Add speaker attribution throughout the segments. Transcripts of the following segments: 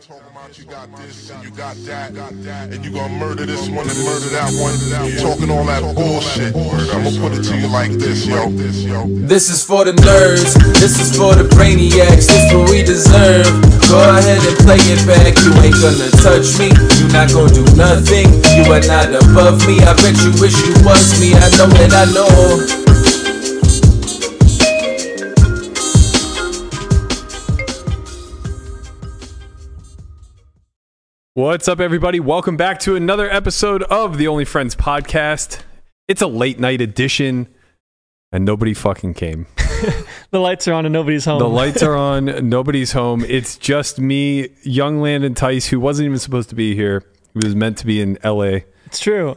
Speaker 1: Talking about you got this and you got that, and you gonna murder this one and murder that one. Talking all that bullshit. I'ma put it to you like this, yo.
Speaker 2: This is for the nerds, this is for the brainiacs, this what we deserve. Go ahead and play it back, you ain't gonna touch me, you not gonna do nothing, you are not above me. I bet you wish you was me, I know that I know.
Speaker 3: What's up, everybody? Welcome back to another episode of the Only Friends podcast. It's a late night edition, and nobody fucking came.
Speaker 4: The lights are on and nobody's home.
Speaker 3: The lights are on, nobody's home. It's just me, young Landon Tice, who wasn't even supposed to be here. He was meant to be in LA.
Speaker 4: It's true.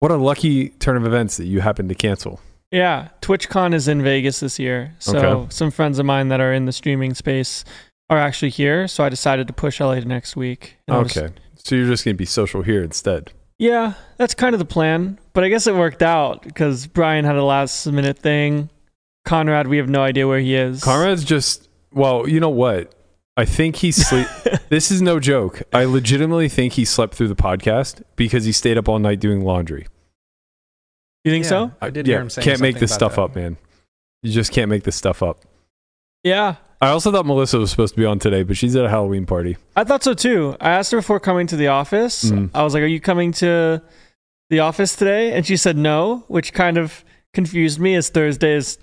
Speaker 3: What a lucky turn of events that you happened to cancel.
Speaker 4: Yeah. TwitchCon is in Vegas this year. So
Speaker 3: Okay.
Speaker 4: some friends of mine that are in the streaming space are actually here. So I decided to push LA to next week. And I'll just-
Speaker 3: Okay. So you're just going to be social here instead.
Speaker 4: yeah, that's kind of the plan. But I guess it worked out because Brian had a last minute thing. Conrad, we have no idea where he is.
Speaker 3: Conrad's just, well, you know what? I think he sleep. this is no joke. I legitimately think he slept through the podcast because he stayed up all night doing laundry.
Speaker 4: You think so?
Speaker 5: I did
Speaker 3: yeah,
Speaker 5: hear him saying
Speaker 3: Can't make
Speaker 5: something
Speaker 3: this
Speaker 5: about
Speaker 3: stuff
Speaker 5: that.
Speaker 3: up, man. You just can't make this stuff up.
Speaker 4: Yeah.
Speaker 3: I also thought Melissa was supposed to be on today, but she's at a Halloween party.
Speaker 4: I thought so too. I asked her before coming to the office.
Speaker 3: Mm.
Speaker 4: I was like, "Are you coming to the office today?" And she said no, which kind of confused me as Thursday is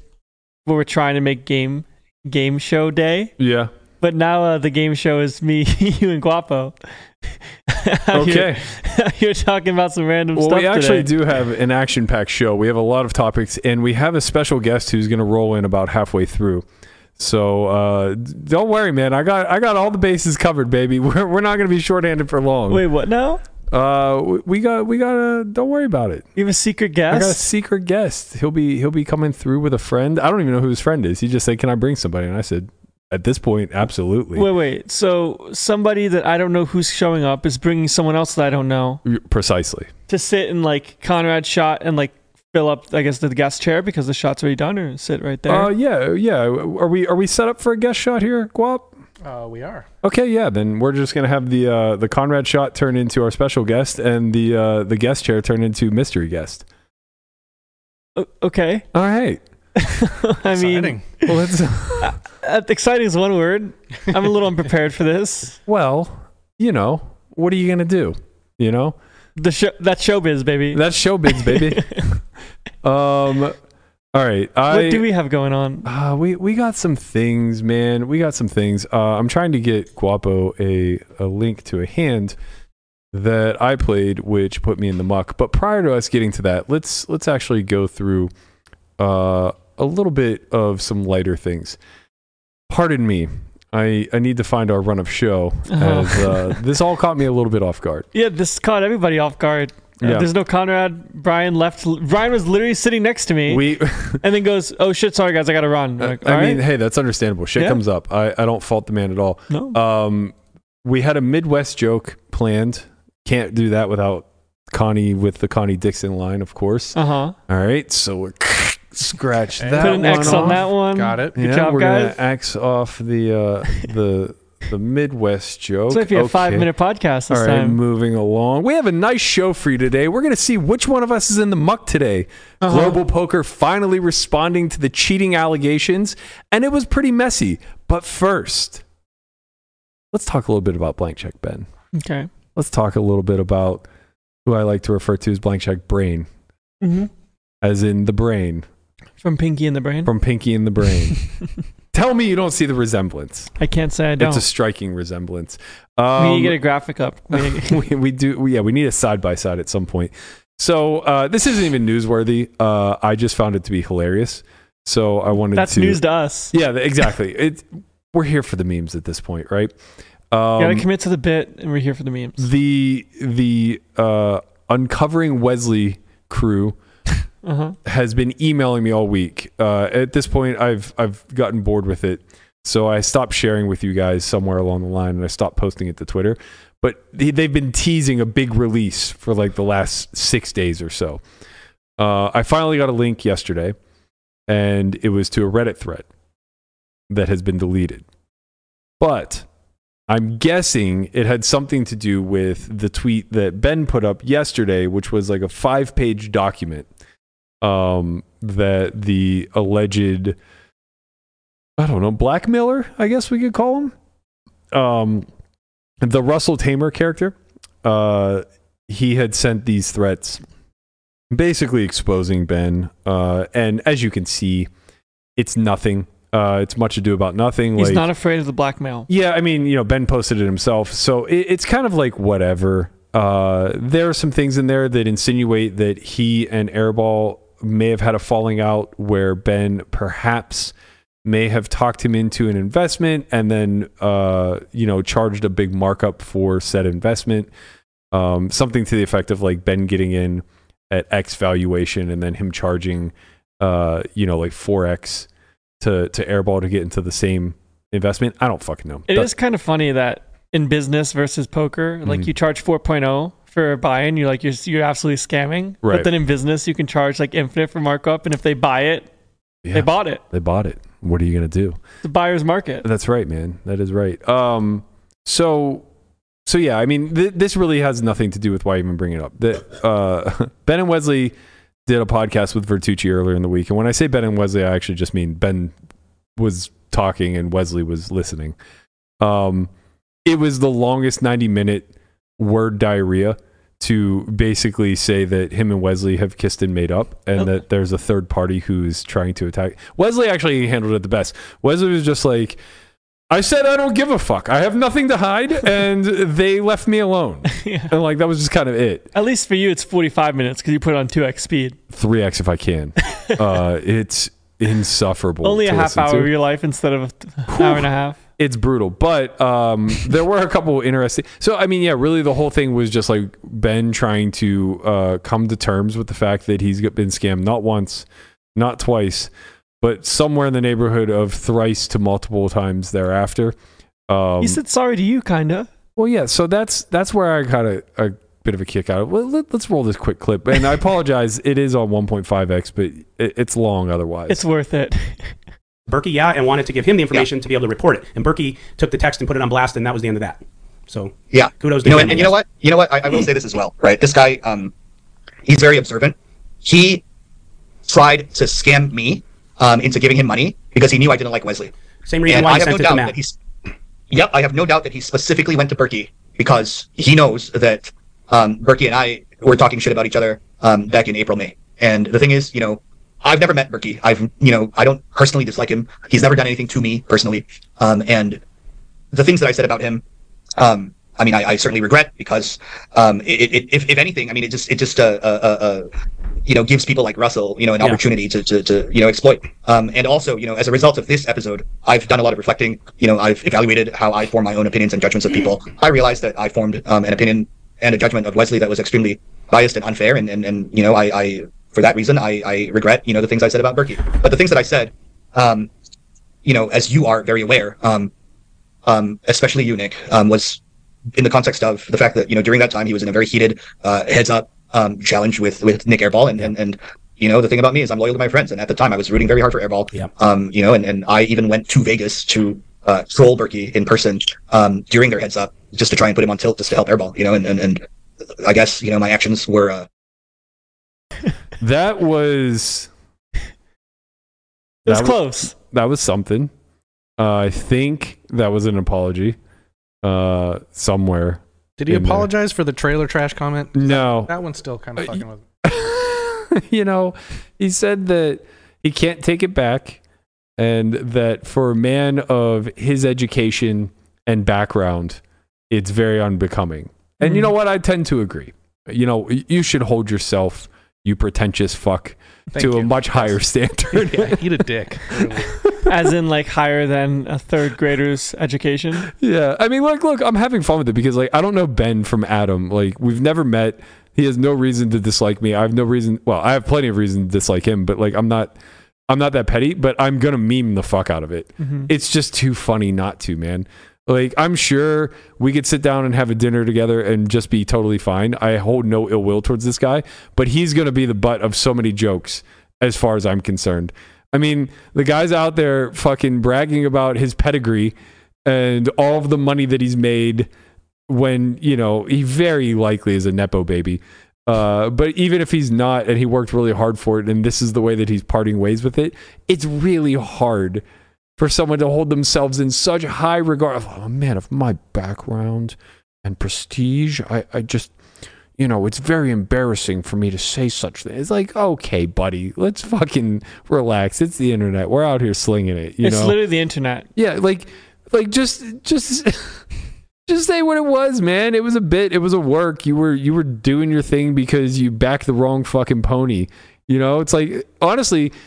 Speaker 4: where we're trying to make game game show day.
Speaker 3: Yeah.
Speaker 4: But now uh, the game show is me, you, and Guapo. Out here-
Speaker 3: Okay.
Speaker 4: out here talking about some random
Speaker 3: Well,
Speaker 4: stuff
Speaker 3: we actually
Speaker 4: today.
Speaker 3: do have an action-packed show. We have a lot of topics, and we have a special guest who's going to roll in about halfway through. So uh, d- don't worry, man. I got I got all the bases covered, baby. We're, we're not going to be shorthanded for long.
Speaker 4: Wait, what now?
Speaker 3: Uh, we- we got we got a. Don't worry about it.
Speaker 4: You have a secret
Speaker 3: I got a
Speaker 4: guest?
Speaker 3: secret guest. He'll be he'll be coming through with a friend. I don't even know who his friend is. He just said, "Can I bring somebody?" And I said, "At this point, absolutely."
Speaker 4: Wait, wait. So somebody that I don't know who's showing up is bringing someone else that I don't know.
Speaker 3: Precisely.
Speaker 4: to sit in like Conrad shot and like fill up I guess the guest chair because the shot's already done or sit right there.
Speaker 3: Uh, yeah, yeah. Are we are we set up for a guest shot here, Guap?
Speaker 5: Uh, we are.
Speaker 3: Okay, yeah. Then we're just gonna have the uh, the Conrad shot turn into our special guest, and the uh, the guest chair turn into mystery guest.
Speaker 4: O- okay.
Speaker 3: All right.
Speaker 4: I mean
Speaker 5: Exciting.
Speaker 3: Well, let's,
Speaker 4: uh, exciting is one word. I'm a little unprepared for this.
Speaker 3: well, you know, what are you gonna do? You know,
Speaker 4: The show that showbiz baby.
Speaker 3: that's showbiz, baby. um, all right. I,
Speaker 4: what do we have going on?
Speaker 3: Uh, we we got some things, man. We got some things. Uh, I'm trying to get Guapo a a link to a hand that I played, which put me in the muck. But prior to us getting to that, let's let's actually go through uh, a little bit of some lighter things. Pardon me. I, I need to find our run of show
Speaker 4: Oh.
Speaker 3: as uh, this all caught me a little bit off guard.
Speaker 4: Yeah, this caught everybody off guard. Uh,
Speaker 3: Yeah.
Speaker 4: There's no Conrad. Brian left. Brian was literally sitting next to me,
Speaker 3: We Uh,
Speaker 4: and then goes, "Oh shit, sorry guys, I gotta run." I'm like,
Speaker 3: I
Speaker 4: "All
Speaker 3: mean,
Speaker 4: right."
Speaker 3: hey, that's understandable. Shit
Speaker 4: Yeah.
Speaker 3: comes up. I, I don't fault the man at all.
Speaker 4: no.
Speaker 3: Um, we had a Midwest joke planned. Can't do that without Connie with the Connie Dixon line, of course.
Speaker 4: Uh huh.
Speaker 3: All right, so we're scratch
Speaker 5: Put
Speaker 3: that.
Speaker 4: Put an X
Speaker 3: one
Speaker 4: on
Speaker 3: off.
Speaker 4: that one.
Speaker 5: Got it.
Speaker 3: yeah,
Speaker 4: job,
Speaker 3: we're
Speaker 4: guys.
Speaker 3: gonna axe off the uh, the the Midwest joke.
Speaker 4: So if you have a
Speaker 3: Okay.
Speaker 4: five minute podcast this
Speaker 3: All right,
Speaker 4: time.
Speaker 3: moving along. We have a nice show for you today. We're going to see which one of us is in the muck today.
Speaker 4: Uh-huh.
Speaker 3: Global Poker finally responding to the cheating allegations, and it was pretty messy. But first, let's talk a little bit about Blank Check Ben.
Speaker 4: Okay.
Speaker 3: Let's talk a little bit about who I like to refer to as Blank Check Brain,
Speaker 4: Mm-hmm.
Speaker 3: as in the brain
Speaker 4: From Pinky and the Brain.
Speaker 3: from Pinky and the Brain. Tell me you don't see the resemblance.
Speaker 4: I can't say I don't.
Speaker 3: It's a striking resemblance.
Speaker 4: we need
Speaker 3: Um,
Speaker 4: to get a graphic up. We need to-
Speaker 3: we, we do we, yeah we need a side by side at some point so uh, this isn't even newsworthy uh, i just found it to be hilarious so i wanted
Speaker 4: that's
Speaker 3: to
Speaker 4: news to us.
Speaker 3: yeah th- exactly it, we're here for the memes at this point right
Speaker 4: Gotta
Speaker 3: um,
Speaker 4: commit to the bit, and we're here for the memes.
Speaker 3: the the uh, uncovering wesley crew
Speaker 4: Uh-huh.
Speaker 3: has been emailing me all week. Uh, at this point, I've I've gotten bored with it, so I stopped sharing with you guys somewhere along the line, and I stopped posting it to Twitter. But they, they've been teasing a big release for like the last six days or so. Uh, I finally got a link yesterday, and it was to a Reddit thread that has been deleted. But I'm guessing it had something to do with the tweet that Ben put up yesterday, which was like a five page document um, that the alleged, I don't know, blackmailer, I guess we could call him, um, the Russell Tamer character, uh, he had sent these threats basically exposing Ben. Uh, and as you can see, it's nothing. Uh, it's much ado about nothing.
Speaker 4: He's
Speaker 3: like,
Speaker 4: not afraid of the blackmail.
Speaker 3: yeah, I mean, you know, Ben posted it himself, so it, it's kind of like whatever. Uh, there are some things in there that insinuate that he and Airball may have had a falling out where Ben perhaps may have talked him into an investment and then uh, you know charged a big markup for said investment, um, something to the effect of like Ben getting in at X valuation and then him charging uh, you know like four X to to Airball to get into the same investment. I don't fucking know.
Speaker 4: It is
Speaker 3: That-
Speaker 4: kind of funny that in business versus poker, like
Speaker 3: Mm-hmm.
Speaker 4: you charge 4.0 for a buy-in, you're like you're you're absolutely scamming.
Speaker 3: Right.
Speaker 4: But then in business, you can charge like infinite for markup, and if they buy it,
Speaker 3: Yeah.
Speaker 4: they bought it.
Speaker 3: They bought it. What are you gonna do?
Speaker 4: It's a buyer's market.
Speaker 3: That's right, man. That is right. Um, so, so yeah, I mean, th- this really has nothing to do with why I even bring it up. That uh, Ben and Wesley did a podcast with Vertucci earlier in the week, and when I say Ben and Wesley, I actually just mean Ben was talking and Wesley was listening. Um, it was the longest ninety-minute word diarrhea to basically say that him and Wesley have kissed and made up and that there's a third party who's trying to attack. Wesley actually handled it the best. Wesley was just like, I said I don't give a fuck. I have nothing to hide and they left me alone.
Speaker 4: Yeah.
Speaker 3: And like that was just kind of it.
Speaker 4: At least for you, it's 45 minutes because you put it on 2x speed.
Speaker 3: 3x if I can. Uh, it's insufferable.
Speaker 4: Only a
Speaker 3: to
Speaker 4: half
Speaker 3: listen
Speaker 4: hour
Speaker 3: to.
Speaker 4: of your life instead of an hour and a half.
Speaker 3: it's brutal. But um, there were a couple interesting. So I mean, yeah, really, the whole thing was just like Ben trying to uh, come to terms with the fact that he's been scammed not once, not twice, but somewhere in the neighborhood of thrice to multiple times thereafter. Um,
Speaker 4: he said sorry to you, kinda.
Speaker 3: well, yeah. So that's that's where I got a, a bit of a kick out of. Well, let, let's roll this quick clip, and I apologize. it is on 1.5x, but it, it's long otherwise.
Speaker 4: It's worth it.
Speaker 5: Berkey, yeah, and wanted to give him the information to be able to report it. And Berkey took the text and put it on blast, and that was the end of that. So
Speaker 6: Yeah.
Speaker 5: Kudos to
Speaker 6: you know,
Speaker 5: him,
Speaker 6: and,
Speaker 5: I
Speaker 6: and you know
Speaker 5: guess.
Speaker 6: what? You know what? I, I will say this as well, right? This guy, um, he's very observant. He tried to scam me um, into giving him money because he knew I didn't like Wesley.
Speaker 5: same reason
Speaker 6: and
Speaker 5: why
Speaker 6: I
Speaker 5: he
Speaker 6: have no
Speaker 5: sent it
Speaker 6: doubt
Speaker 5: to
Speaker 6: that
Speaker 5: Matt.
Speaker 6: he's. Yep, I have no doubt that he specifically went to Berkey because he knows that um, Berkey and I were talking shit about each other um, back in April, May. And the thing is, you know, I've never met Berkey. I've, you know, I don't personally dislike him. He's never done anything to me personally. Um, and the things that I said about him, um, I mean, I, I certainly regret because um, it, it, if, if anything, I mean, it just it just uh, uh, uh, you know gives people like Russell, you know, an
Speaker 5: Yeah.
Speaker 6: opportunity to, to, to you know exploit. Um, and also, you know, as a result of this episode, I've done a lot of reflecting. You know, I've evaluated how I form my own opinions and judgments of people. I realized that I formed um, an opinion and a judgment of Wesley that was extremely biased and unfair, and and, and you know, I, I for that reason I, I regret you know the things I said about Berkey. But the things that I said, um, you know, as you are very aware, um, um, especially you, Nick, um, was in the context of the fact that you know during that time he was in a very heated uh, heads up um, challenge with with Nick Airball, and, and and you know the thing about me is I'm loyal to my friends, and at the time I was rooting very hard for Airball.
Speaker 5: Yeah.
Speaker 6: Um, you know, and and I even went to Vegas to uh, troll Berkey in person um, during their heads up just to try and put him on tilt, just to help Airball. You know, and and, and I guess you know my actions were. Uh,
Speaker 3: that was
Speaker 4: It
Speaker 3: That
Speaker 4: was
Speaker 3: was-
Speaker 4: close.
Speaker 3: that was something. Uh, I think that was an apology uh, somewhere.
Speaker 7: Did he
Speaker 3: in there.
Speaker 7: apologize for the trailer trash comment?
Speaker 3: No,
Speaker 7: That one's still kind
Speaker 3: Uh,
Speaker 7: of fucking with me.
Speaker 3: you know, he said that he can't take it back, and that for a man of his education and background, it's very unbecoming. And
Speaker 7: Mm.
Speaker 3: you know what? I tend to agree. You know, y- you should hold yourself, you pretentious fuck,
Speaker 7: Thank
Speaker 3: to a
Speaker 7: you.
Speaker 3: much higher standard.
Speaker 7: Yeah, eat a dick. literally.
Speaker 4: As in, like, higher than a third grader's education.
Speaker 3: Yeah, I mean, like, look, I'm having fun with it because, like, I don't know Ben from Adam. Like, we've never met. He has no reason to dislike me. I have no reason. Well, I have plenty of reason to dislike him, but like, I'm not, I'm not that petty. But I'm gonna meme the fuck out of it. It's just too funny not to, man. Like, I'm sure we could sit down and have a dinner together and just be totally fine. I hold no ill will towards this guy, but he's gonna be the butt of so many jokes, as far as I'm concerned. I mean, the guy's out there fucking bragging about his pedigree and all of the money that he's made when you know he very likely is a nepo baby uh, but even if he's not and he worked really hard for it and this is the way that he's parting ways with it it's really hard for someone to hold themselves in such high regard of oh man of my background and prestige i, I just you know it's very embarrassing for me to say such things it's like okay buddy let's fucking relax it's the internet we're out here slinging it you
Speaker 4: it's
Speaker 3: know
Speaker 4: literally the internet.
Speaker 3: yeah, like like just just just say what it was, man. It was a bit, it was a work. You were you were doing your thing because you backed the wrong fucking pony. You know, it's like honestly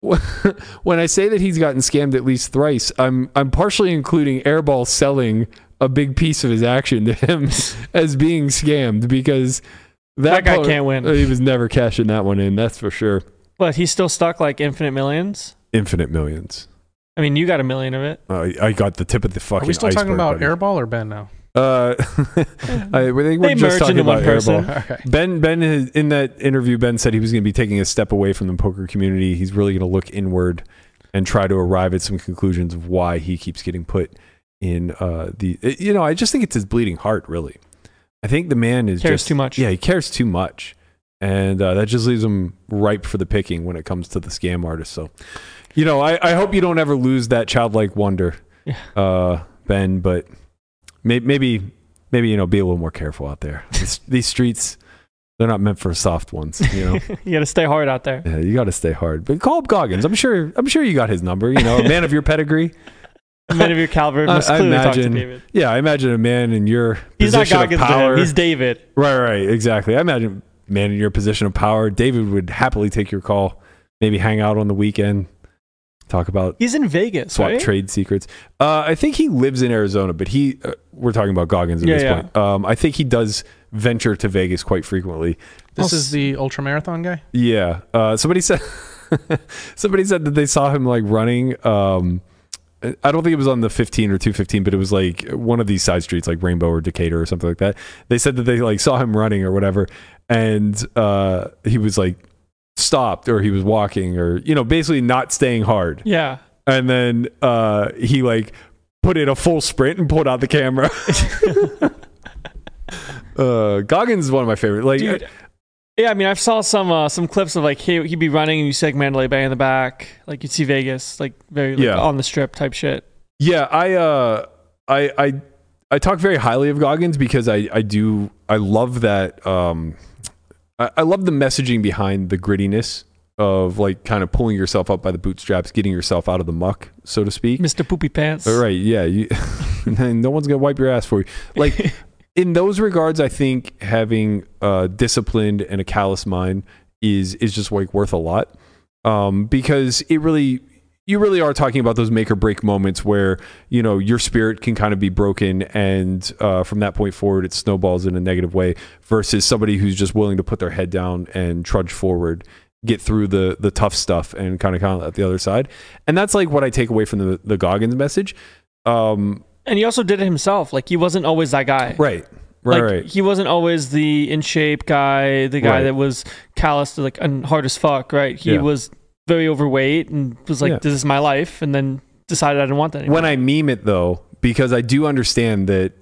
Speaker 3: when I say that he's gotten scammed at least thrice, I'm I'm partially including Airball selling a big piece of his action to him as being scammed because that,
Speaker 4: That guy
Speaker 3: po-
Speaker 4: can't win.
Speaker 3: He was never cashing that one in, that's for sure.
Speaker 4: But he's still stuck like infinite millions.
Speaker 3: Infinite millions.
Speaker 4: I mean, you got a million of it.
Speaker 3: Uh, I got the tip of the fucking.
Speaker 7: Are we still talking
Speaker 3: iceberg,
Speaker 7: about
Speaker 3: buddy.
Speaker 7: Airball or Ben now?
Speaker 3: Uh, I we think we're
Speaker 4: They
Speaker 3: just
Speaker 4: merged
Speaker 3: talking
Speaker 4: into one
Speaker 3: about
Speaker 4: person.
Speaker 3: airball.
Speaker 7: Okay.
Speaker 3: Ben, Ben, has, in that interview, Ben said he was going to be taking a step away from the poker community. He's really going to look inward and try to arrive at some conclusions of why he keeps getting put in uh, the. it- You know, I just think it's his bleeding heart. Really, I think the man is
Speaker 4: Cares
Speaker 3: just
Speaker 4: too much.
Speaker 3: Yeah, he cares too much, and uh, that just leaves him ripe for the picking when it comes to the scam artist. So, you know, I, I hope you don't ever lose that childlike wonder,
Speaker 4: Yeah.
Speaker 3: uh, Ben. But may, maybe maybe you know be a little more careful out there. These, these streets, they're not meant for soft ones. You know,
Speaker 4: You got to stay hard out there.
Speaker 3: yeah, you got to stay hard. But call up Goggins. I'm sure. I'm sure you got his number. You know, a man of your pedigree.
Speaker 4: Men of your caliber must
Speaker 3: I- I
Speaker 4: clearly talk to
Speaker 3: imagine-
Speaker 4: David.
Speaker 3: Yeah, I imagine a man in your
Speaker 4: He's not
Speaker 3: position
Speaker 4: Goggins.
Speaker 3: of
Speaker 4: to
Speaker 3: power.
Speaker 4: him. He's David.
Speaker 3: right, right, exactly. I imagine a man in your position of power. David would happily take your call. Maybe hang out on the weekend, talk about
Speaker 4: He's in Vegas,
Speaker 3: swap
Speaker 4: right?
Speaker 3: trade secrets. Uh, I think he lives in Arizona, but he uh, we're talking about Goggins at
Speaker 4: Yeah,
Speaker 3: this
Speaker 4: yeah.
Speaker 3: point. Um, I think he does venture to Vegas quite frequently.
Speaker 7: This
Speaker 3: I'll
Speaker 7: is the ultra marathon guy.
Speaker 3: Yeah, uh, somebody said somebody said that they saw him like running. Um, I don't think it was on the 15 or 215, but it was like one of these side streets, like Rainbow or Decatur or something like that. They said that they like saw him running or whatever, and uh, he was like stopped or he was walking or you know basically not staying hard
Speaker 4: Yeah.
Speaker 3: and then uh, he like put in a full sprint and pulled out the camera. uh, Goggins is one of my favorite. Like,
Speaker 4: Dude, Yeah, I mean, I saw some uh, some clips of like he he'd be running and you see like Mandalay Bay in the back, like you'd see Vegas, like very like,
Speaker 3: Yeah.
Speaker 4: on the strip type shit.
Speaker 3: yeah, I, uh, I, I, I talk very highly of Goggins because I, I do, I love that. Um, I, I love the messaging behind the grittiness of like kind of pulling yourself up by the bootstraps, getting yourself out of the muck, so to speak.
Speaker 4: Mr. Poopy Pants.
Speaker 3: All right, yeah, you, no one's gonna wipe your ass for you. Like in those regards, I think having uh, disciplined and a callous mind is is just like worth a lot um, because it really you really are talking about those make or break moments where you know your spirit can kind of be broken and uh, from that point forward it snowballs in a negative way versus somebody who's just willing to put their head down and trudge forward get through the the tough stuff and kind of kind of at the other side and that's like what i take away from the the goggins message um
Speaker 4: And he also did it himself. Like he wasn't always that guy.
Speaker 3: right right
Speaker 4: like,
Speaker 3: right
Speaker 4: He wasn't always the in shape guy, the guy
Speaker 3: Right.
Speaker 4: that was callous to like and hard as fuck, right? He
Speaker 3: Yeah.
Speaker 4: was very overweight and was like,
Speaker 3: Yeah.
Speaker 4: "This is my life," and then decided I didn't want that anymore.
Speaker 3: when I meme it though, because I do understand that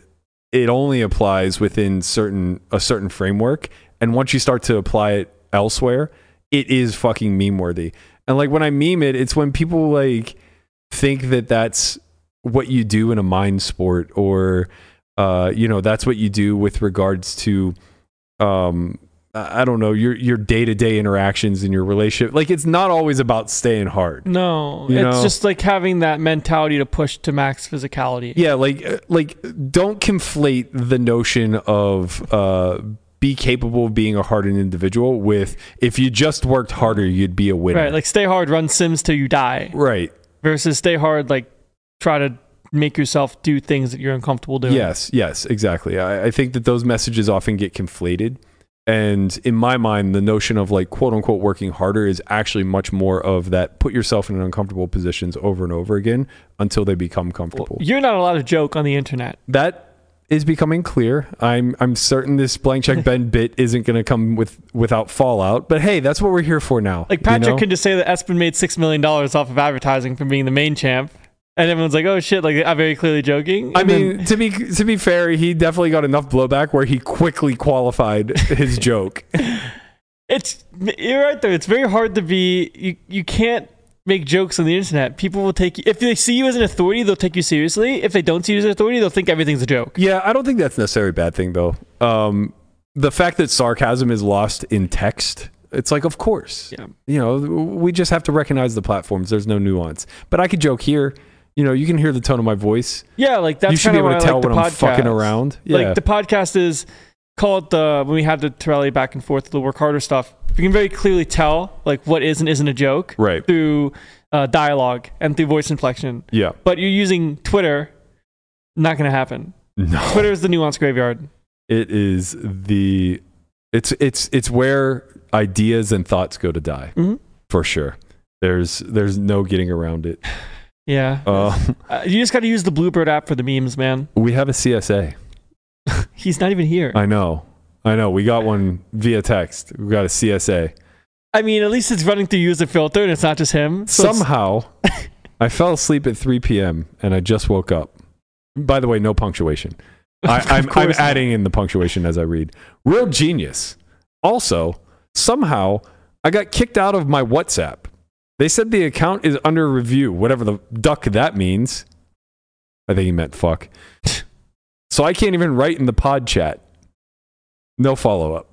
Speaker 3: it only applies within certain a certain framework, and once you start to apply it elsewhere, it is fucking meme worthy. And like when I meme it, it's when people like think that that's what you do in a mind sport, or uh, you know that's what you do with regards to um I I don't know your your day to day interactions in your relationship. Like it's not always about staying hard.
Speaker 4: no,
Speaker 3: You
Speaker 4: it's
Speaker 3: know-
Speaker 4: just like having that mentality to push to max physicality.
Speaker 3: Yeah, like uh, like don't conflate the notion of uh, be capable of being a hardened individual with if you just worked harder, you'd be a winner.
Speaker 4: Right, like stay hard, run Sims till you die,
Speaker 3: right.
Speaker 4: versus stay hard, like try to make yourself do things that you're uncomfortable doing.
Speaker 3: Yes, yes, exactly. I, I think that those messages often get conflated. And in my mind, the notion of like quote unquote working harder is actually much more of that put yourself in uncomfortable positions over and over again until they become comfortable.
Speaker 4: You're not allowed to joke on the internet.
Speaker 3: that is becoming clear. I'm I'm certain this blank check Ben bit isn't going to come with without fallout. But hey, that's what we're here for now.
Speaker 4: Like
Speaker 3: you
Speaker 4: Patrick
Speaker 3: know?
Speaker 4: can just say that Espen made six million dollars off of advertising from being the main champ, and everyone's like, "Oh shit!" Like I'm very clearly joking.
Speaker 3: I
Speaker 4: And then-
Speaker 3: mean, to be to be fair, he definitely got enough blowback where he quickly qualified his joke.
Speaker 4: it's you're right though. It's very hard to be. You you can't make jokes on the internet. People will take you if they see you as an authority, they'll take you seriously. If they don't see you as an authority, they'll think everything's a joke.
Speaker 3: Yeah, I don't think that's necessarily a bad thing though. Um, the fact that sarcasm is lost in text, it's like, of course.
Speaker 4: Yeah.
Speaker 3: You know, we just have to recognize the platforms. There's no nuance. But I could joke here. You know, you can hear the tone of my voice.
Speaker 4: Yeah, like that's
Speaker 3: you should be
Speaker 4: kinda
Speaker 3: able
Speaker 4: why
Speaker 3: to
Speaker 4: I
Speaker 3: tell
Speaker 4: like
Speaker 3: when
Speaker 4: the
Speaker 3: I'm fucking
Speaker 4: podcast.
Speaker 3: around. Yeah.
Speaker 4: Like the podcast is call it the when we had the Torelli back and forth, the work harder stuff. You can very clearly tell like what is and isn't a joke,
Speaker 3: Right.
Speaker 4: Through uh, dialogue and through voice inflection.
Speaker 3: yeah.
Speaker 4: But you're using Twitter, not gonna happen.
Speaker 3: No.
Speaker 4: Twitter is the nuance graveyard.
Speaker 3: It is the it's it's it's where ideas and thoughts go to die.
Speaker 4: Mhm.
Speaker 3: For sure. There's there's no getting around it.
Speaker 4: Yeah,
Speaker 3: Uh,
Speaker 4: Uh, you just gotta use the Bluebird app for the memes, man.
Speaker 3: we have a CSA.
Speaker 4: He's not even here.
Speaker 3: I know. I know. We got one via text. We got a CSA.
Speaker 4: I mean, at least it's running through user filter and it's not just him. So it's-
Speaker 3: Somehow, I fell asleep at 3 p.m. and I just woke up. By the way, no punctuation. I,
Speaker 4: Of
Speaker 3: I'm, I'm
Speaker 4: course not.
Speaker 3: adding in the punctuation as I read. Real genius. Also, somehow, I got kicked out of my WhatsApp. They said the account is under review, whatever the duck that means. I think he meant fuck. so I can't even write in the pod chat. No follow up.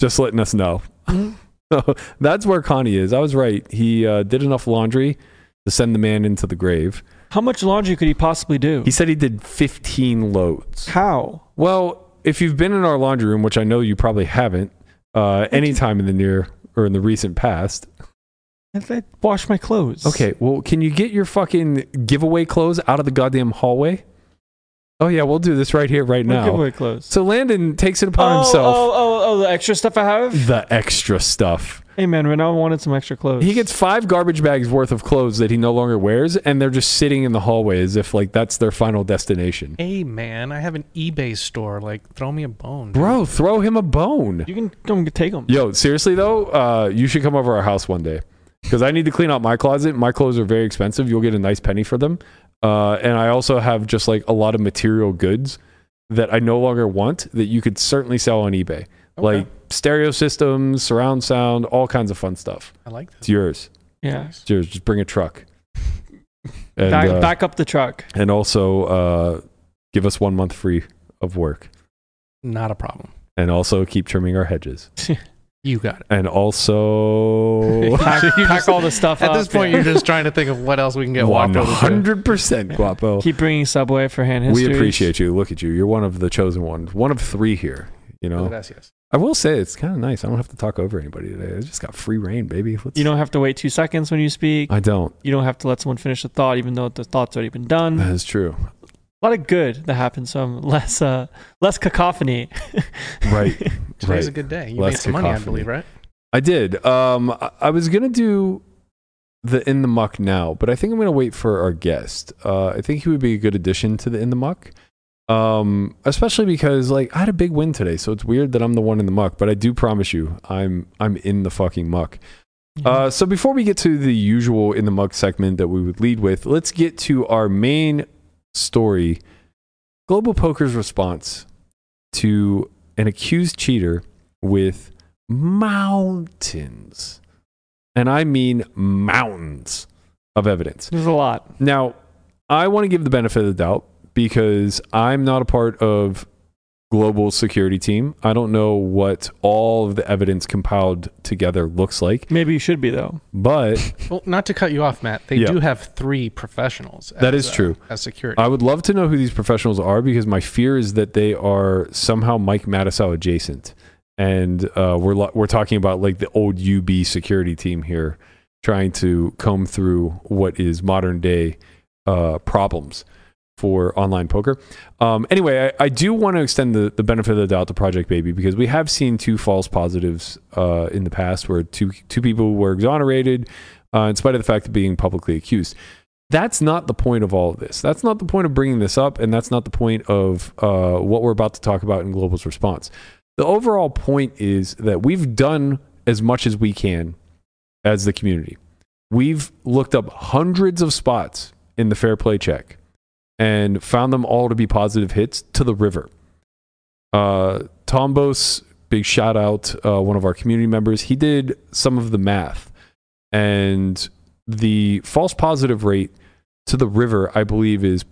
Speaker 3: Just letting us know.
Speaker 4: Mm-hmm.
Speaker 3: So that's where Connie is. I was right. He uh, did enough laundry to send the man into the grave.
Speaker 4: how much laundry could he possibly do?
Speaker 3: He said he did 15 loads.
Speaker 4: how?
Speaker 3: Well, if you've been in our laundry room, which I know you probably haven't, uh, anytime in the near or in the recent past.
Speaker 4: If I wash my clothes.
Speaker 3: Okay, well, can you get your fucking giveaway clothes out of the goddamn hallway? Oh yeah, we'll do this right here, right
Speaker 4: What
Speaker 3: now.
Speaker 4: giveaway clothes.
Speaker 3: So Landon takes it upon
Speaker 4: oh,
Speaker 3: himself
Speaker 4: Oh, oh, oh, the extra stuff I have?
Speaker 3: the extra stuff.
Speaker 4: Hey, man, Renault wanted some extra clothes.
Speaker 3: He gets five garbage bags worth of clothes that he no longer wears, and they're just sitting in the hallway as if like that's their final destination.
Speaker 7: Hey man, I have an eBay store. Like, throw me a bone, dude.
Speaker 3: Bro, throw him a bone.
Speaker 4: You can come take them.
Speaker 3: Yo, seriously though, uh, you should come over our house one day because I need to clean out my closet. My clothes are very expensive. You'll get a nice penny for them, uh, and I also have just like a lot of material goods that I no longer want that you could certainly sell on eBay, like stereo systems, surround sound, all kinds of fun stuff.
Speaker 7: I like this.
Speaker 3: It's yours.
Speaker 4: Yeah.
Speaker 3: It's yours. Just bring a truck. And,
Speaker 4: Back,
Speaker 3: uh,
Speaker 4: back up the truck.
Speaker 3: and also uh, give us one month free of work,
Speaker 7: Not a problem.
Speaker 3: and also keep trimming our hedges,
Speaker 7: You got it.
Speaker 3: and also
Speaker 4: Pack, pack all the stuff
Speaker 7: At
Speaker 4: up.
Speaker 7: this point,
Speaker 4: yeah.
Speaker 7: you're just trying to think of what else we can get
Speaker 3: one
Speaker 7: walked over. to.
Speaker 3: hundred percent guapo.
Speaker 4: keep bringing Subway for hand
Speaker 3: We
Speaker 4: history.
Speaker 3: appreciate you. Look at you. You're one of the chosen ones. One of three here. You know,
Speaker 7: Gracias.
Speaker 3: I will say it's kind of nice. I don't have to talk over anybody today. I just got free reign, baby. Let's,
Speaker 4: You don't have to wait two seconds when you speak.
Speaker 3: I don't.
Speaker 4: You don't have to let someone finish the thought, even though the thought's already been done.
Speaker 3: That is true.
Speaker 4: A lot of good that happens from less, uh, less cacophony.
Speaker 3: Right.
Speaker 7: Today's
Speaker 3: Right.
Speaker 7: a good day. You
Speaker 3: Let's
Speaker 7: made some
Speaker 3: get
Speaker 7: money, I
Speaker 3: coffee.
Speaker 7: believe, right?
Speaker 3: I did. Um, I- I was gonna do the in the muck now, but I think I'm gonna wait for our guest. Uh, I think he would be a good addition to the in the muck, um, especially because like I had a big win today, so it's weird that I'm the one in the muck. But I do promise you, I'm I'm in the fucking muck. Uh, so before we get to the usual in the muck segment that we would lead with, let's get to our main story: Global Poker's response to an accused cheater with mountains. And I mean mountains of evidence.
Speaker 4: There's a lot.
Speaker 3: Now, I want to give the benefit of the doubt because I'm not a part of global security team. I don't know what all of the evidence compiled together looks like,
Speaker 4: Maybe you should be though.
Speaker 3: but
Speaker 7: Well, not to cut you off, Matt. They
Speaker 3: Yeah.
Speaker 7: do have three professionals. As, uh,
Speaker 3: That is true.
Speaker 7: As security.
Speaker 3: I would love to know who these professionals are because my fear is that they are somehow Mike Mattisau adjacent, and uh, we're lo- we're talking about like the old UB security team here, trying to comb through what is modern day uh, problems for online poker. Um, anyway, I, I do want to extend the, the benefit of the doubt to Project Baby because we have seen two false positives uh, in the past where two two people were exonerated uh, in spite of the fact of being publicly accused that's not the point of all of this. That's not the point of bringing this up, and that's not the point of uh, what we're about to talk about in Global's response. The overall point is that we've done as much as we can as the community. We've looked up hundreds of spots in the fair play check and found them all to be positive hits to the river. Uh, Tom Bose, big shout out, uh, one of our community members, he did some of the math. And the false positive rate to the river, I believe, is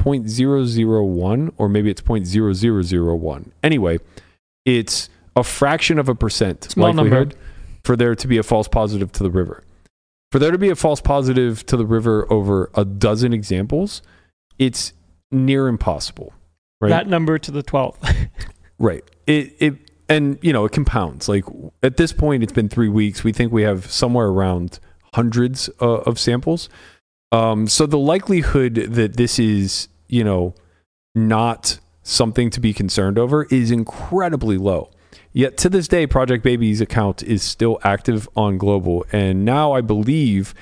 Speaker 3: 0.001, or maybe it's 0.0001. Anyway, it's a fraction of a percent
Speaker 4: Small number.
Speaker 3: likelihood for there to be a false positive to the river. For there to be a false positive to the river over a dozen examples, it's near impossible. Right.
Speaker 4: That number to the 12th.
Speaker 3: Right. It it and you know it compounds. Like at this point, it's been three weeks. We think we have somewhere around hundreds uh, of samples. Um, so the likelihood that this is you know not something to be concerned over is incredibly low. Yet to this day, Project Baby's account is still active on global, and now I believe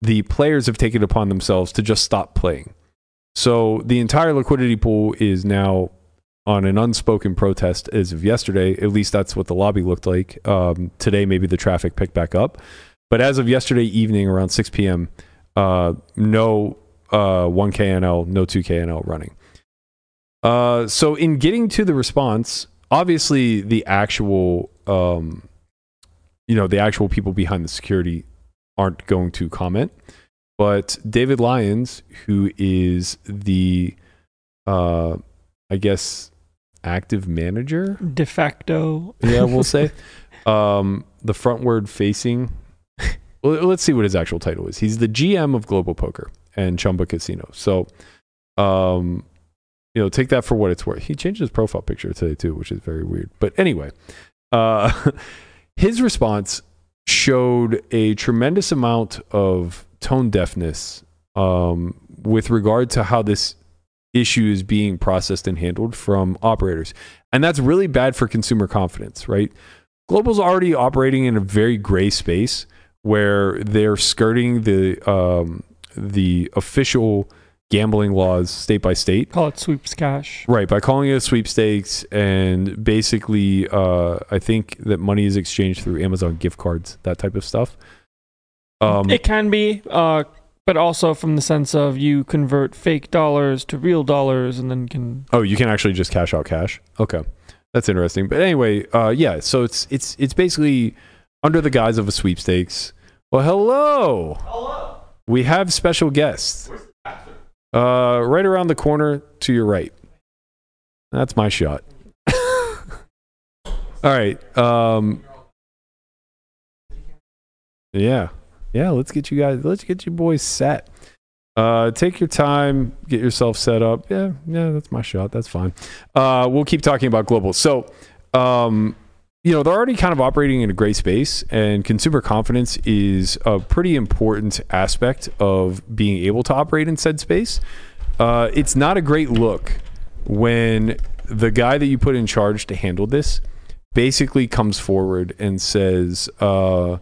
Speaker 3: the players have taken it upon themselves to just stop playing. So the entire liquidity pool is now on an unspoken protest as of yesterday. At least that's what the lobby looked like. Um, today, maybe the traffic picked back up. But as of yesterday evening around 6 p.m., uh, no uh, 1KNL, no 2KNL running. Uh, so, in getting to the response, obviously the actual, um, you know, the actual people behind the security aren't going to comment. But David Lyons, who is the, uh, I guess, active manager,
Speaker 4: De facto.
Speaker 3: yeah, we'll say. Um, the frontward facing. Well, let's see what his actual title is. He's the GM of Global Poker and Chumba Casino. So, um, you know, take that for what it's worth. He changed his profile picture today too, which is very weird. But anyway, uh, his response showed a tremendous amount of tone deafness um, with regard to how this issue is being processed and handled from operators. And that's really bad for consumer confidence, right? Global's already operating in a very gray space where they're skirting the um, the official gambling laws state by state.
Speaker 4: Call it sweeps cash.
Speaker 3: Right, by calling it a sweepstakes, and basically, uh, I think that money is exchanged through Amazon gift cards, that type of stuff. Um,
Speaker 4: It can be, uh, but also from the sense of you convert fake dollars to real dollars and then can.
Speaker 3: oh, you can actually just cash out cash. Okay, that's interesting. But anyway, uh, yeah, so it's it's it's basically under the guise of a sweepstakes. Well, hello. Hello. We have special guests. Uh, right around the corner to your right. That's my shot. All right. Um, yeah. Yeah, let's get you guys, let's get you boys set. Uh, take your time, get yourself set up. Yeah, yeah, that's my shot. That's fine. Uh, we'll keep talking about global. So, um, you know, they're already kind of operating in a gray space, and consumer confidence is a pretty important aspect of being able to operate in said space. Uh, it's not a great look when the guy that you put in charge to handle this basically comes forward and says, uh,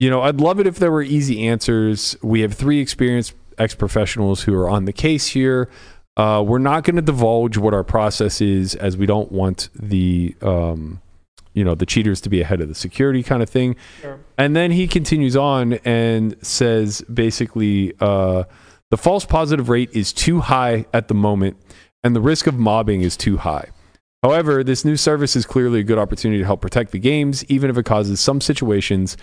Speaker 3: you know, I'd love it if there were easy answers. We have three experienced ex professionals who are on the case here. Uh, we're not going to divulge what our process is, as we don't want the, um, you know, the cheaters to be ahead of the security kind of thing. And then he continues on and says basically, uh, the false positive rate is too high at the moment, and the risk of mobbing is too high. However, this new service is clearly a good opportunity to help protect the games, even if it causes some situations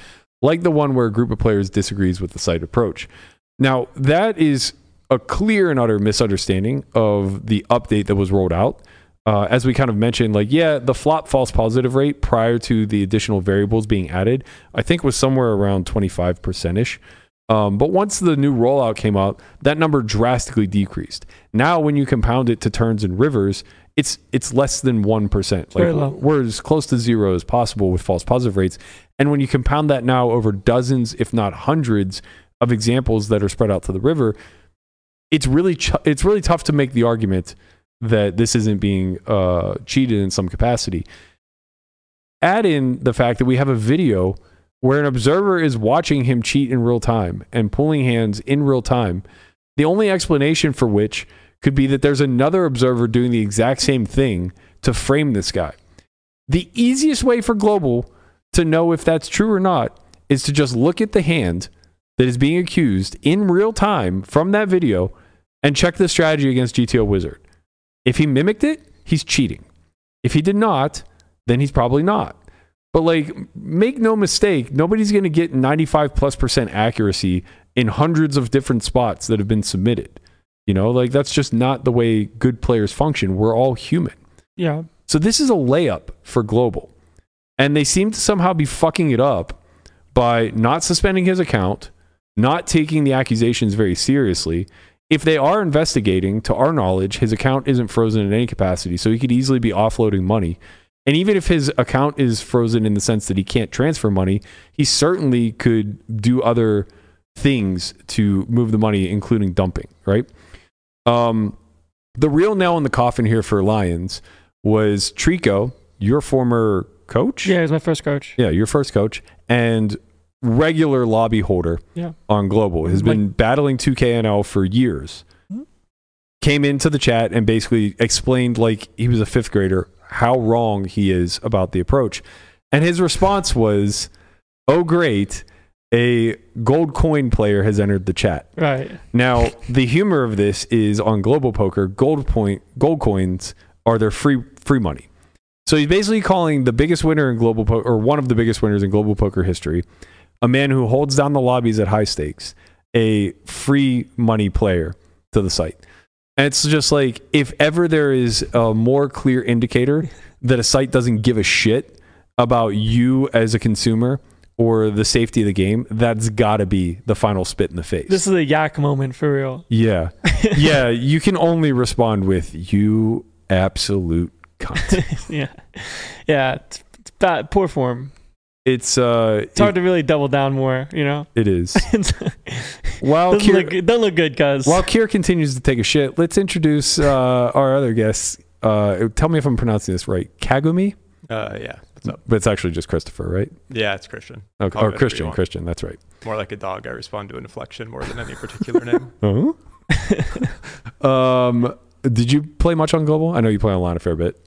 Speaker 3: like the one where a group of players disagrees with the site approach. Now, that is a clear and utter misunderstanding of the update that was rolled out. Uh, as we kind of mentioned, like, yeah, the flop false positive rate prior to the additional variables being added, I think was somewhere around 25% ish. Um, but once the new rollout came out, that number drastically decreased. Now, when you compound it to turns and rivers, it's it's less than one percent. Like
Speaker 4: very low.
Speaker 3: we're as close to zero as possible with false positive rates. And when you compound that now over dozens, if not hundreds, of examples that are spread out to the river, it's really ch- it's really tough to make the argument that this isn't being uh, cheated in some capacity. Add in the fact that we have a video where an observer is watching him cheat in real time and pulling hands in real time. The only explanation for which could be that there's another observer doing the exact same thing to frame this guy. The easiest way for Global to know if that's true or not is to just look at the hand that is being accused in real time from that video and check the strategy against GTO Wizard. If he mimicked it, he's cheating. If he did not, then he's probably not. But like, make no mistake, nobody's going to get 95 plus percent accuracy in hundreds of different spots that have been submitted. You know, like that's just not the way good players function. We're all human.
Speaker 4: Yeah.
Speaker 3: So this is a layup for Global. And they seem to somehow be fucking it up by not suspending his account, not taking the accusations very seriously. If they are investigating, to our knowledge, his account isn't frozen in any capacity, so he could easily be offloading money. And even if his account is frozen in the sense that he can't transfer money, he certainly could do other things to move the money, including dumping, right? Um, the real nail in the coffin here for Lions was Trico, your former coach.
Speaker 4: Yeah, he was my first coach.
Speaker 3: Yeah, your first coach and regular lobby holder
Speaker 4: Yeah.
Speaker 3: on Global has been battling 2KNL for years.
Speaker 4: Hmm?
Speaker 3: Came into the chat and basically explained, like he was a fifth grader, how wrong he is about the approach. And his response was, Oh, great. A gold coin player has entered the chat.
Speaker 4: Right.
Speaker 3: Now, the humor of this is on Global Poker, gold point gold coins are their free free money. So he's basically calling the biggest winner in global poker or one of the biggest winners in global poker history, a man who holds down the lobbies at high stakes, a free money player to the site. And it's just like if ever there is a more clear indicator that a site doesn't give a shit about you as a consumer or the safety of the game, that's got to be the final spit in the face.
Speaker 4: This is a yak moment for real.
Speaker 3: Yeah. Yeah. you can only respond with, you absolute cunt.
Speaker 4: yeah. Yeah. It's, it's bad, poor form.
Speaker 3: it's, uh,
Speaker 4: It's hard to really double down more, you know?
Speaker 3: it, it is.
Speaker 4: It's-
Speaker 3: While
Speaker 4: doesn't,
Speaker 3: Kier,
Speaker 4: look, it doesn't look good, cuz.
Speaker 3: while Kier continues to take a shit, let's introduce, uh, our other guests. Uh, tell me if I'm pronouncing this right. Kagumi,
Speaker 8: Uh, yeah. What's up?
Speaker 3: but it's actually just Christopher, right?
Speaker 8: Yeah, it's Christian.
Speaker 3: Okay. Or
Speaker 8: Call me whatever you
Speaker 3: Christian,
Speaker 8: want.
Speaker 3: Christian. That's right.
Speaker 8: More like a dog. I respond to an inflection more than any particular name.
Speaker 3: Uh-huh. um, did you play much on global? I know you play online a fair bit.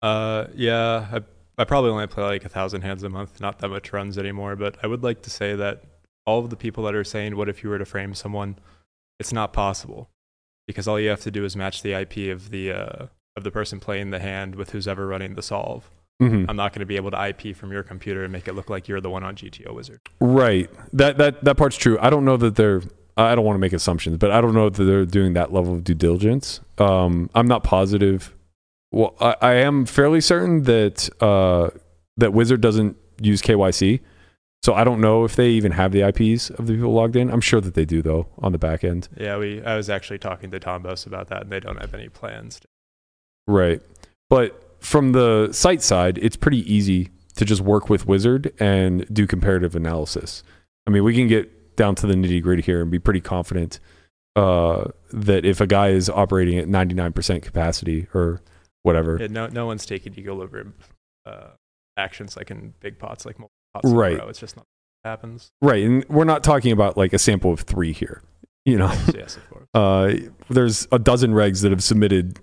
Speaker 8: Uh, yeah. I, I probably only play like a thousand hands a month. Not that much runs anymore. But I would like to say that all of the people that are saying, "What if you were to frame someone?" It's not possible because all you have to do is match the IP of the uh, of the person playing the hand with who's ever running the solve.
Speaker 3: Mhm.
Speaker 8: I'm not going to be able to IP from your computer and make it look like you're the one on GTO Wizard.
Speaker 3: Right. That that that part's true. I don't know that they're. I don't want to make assumptions, but I don't know that they're doing that level of due diligence. Um, I'm not positive. Well, I, I am fairly certain that uh, that Wizard doesn't use KYC, so I don't know if they even have the IPs of the people logged in. I'm sure that they do though on the back end.
Speaker 8: Yeah, we. I was actually talking to Tom Bus about that, and they don't have any plans.
Speaker 3: Right. But from the site side, it's pretty easy to just work with Wizard and do comparative analysis. I mean, we can get down to the nitty gritty here and be pretty confident uh, that if a guy is operating at 99% capacity or whatever,
Speaker 8: Yeah, no, no one's taking eagle over uh, actions like in big pots, like multiple pots.
Speaker 3: Right.
Speaker 8: In a row. It's just not what happens.
Speaker 3: right. And we're not talking about like a sample of three here, you know?
Speaker 8: So yes, of course.
Speaker 3: uh, there's a dozen regs that have submitted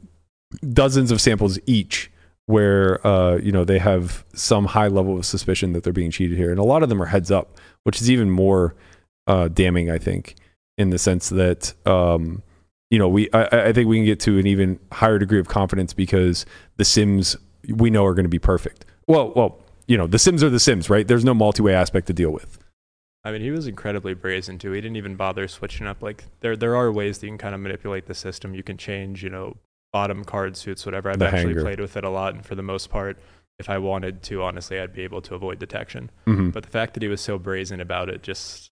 Speaker 3: dozens of samples each where uh, you know they have some high level of suspicion that they're being cheated here and a lot of them are heads up which is even more uh, damning i think in the sense that um, you know we I- I, I think we can get to an even higher degree of confidence because the sims we know are going to be perfect well well you know the sims are the sims right there's no multi-way aspect to deal with
Speaker 8: I mean, he was incredibly brazen too. He didn't even bother switching up. Like there, there are ways that you can kind of manipulate the system. You can change, you know, bottom card suits, whatever. I've
Speaker 3: The
Speaker 8: actually
Speaker 3: hanger.
Speaker 8: played with it a lot, and for the most part, if I wanted to, honestly, I'd be able to avoid detection.
Speaker 3: Mhm.
Speaker 8: But the fact that he was so brazen about it, just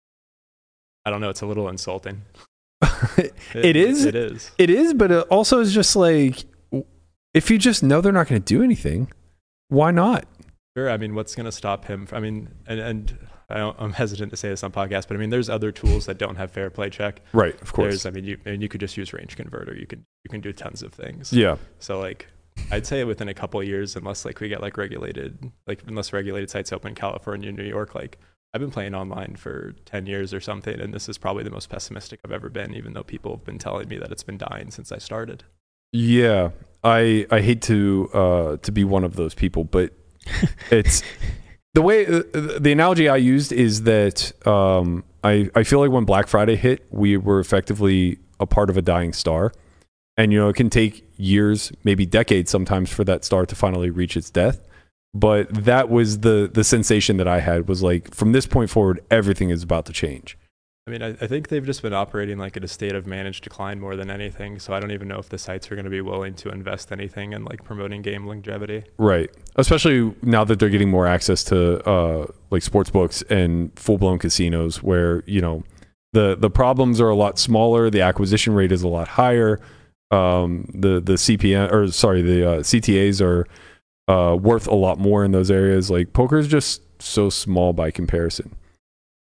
Speaker 8: I don't know. It's a little insulting.
Speaker 3: It is-
Speaker 8: It is.
Speaker 3: It is, but it also is just like w- if you just know they're not going to do anything, why not?
Speaker 8: Sure. I mean, what's going to stop him? f- I mean, and, and I don't, I'm hesitant to say this on podcast, but I mean, there's other tools that don't have fair play check.
Speaker 3: Right, of
Speaker 8: There's, I mean, you, and you could just use range converter. You can you can do tons of things.
Speaker 3: Yeah,
Speaker 8: So like, I'd say within a couple of years, unless like we get like regulated, like unless regulated sites open in California, New York, like I've been playing online for 10 years or something, and this is probably the most pessimistic I've ever been, even though people have been telling me that it's been dying since I started.
Speaker 3: yeah. I I hate to uh, to be one of those people, but it's the way uh, the analogy I used is that um, I I feel like when Black Friday hit, we were effectively a part of a dying star. And, you know, it can take years, maybe decades sometimes for that star to finally reach its death. But that was the, the sensation that I had was like, from this point forward, everything is about to change.
Speaker 9: I mean, I, I think they've just been operating like at a state of managed decline more than anything. So I don't even know if the sites are going to be willing to invest anything in like promoting game longevity.
Speaker 3: Right. Especially now that they're getting more access to uh, like sports books and full blown casinos where, you know, the, the problems are a lot smaller, the acquisition rate is a lot higher. Um, the the CPN or sorry, the uh, CTAs are uh, worth a lot more in those areas. Like poker is just so small by comparison.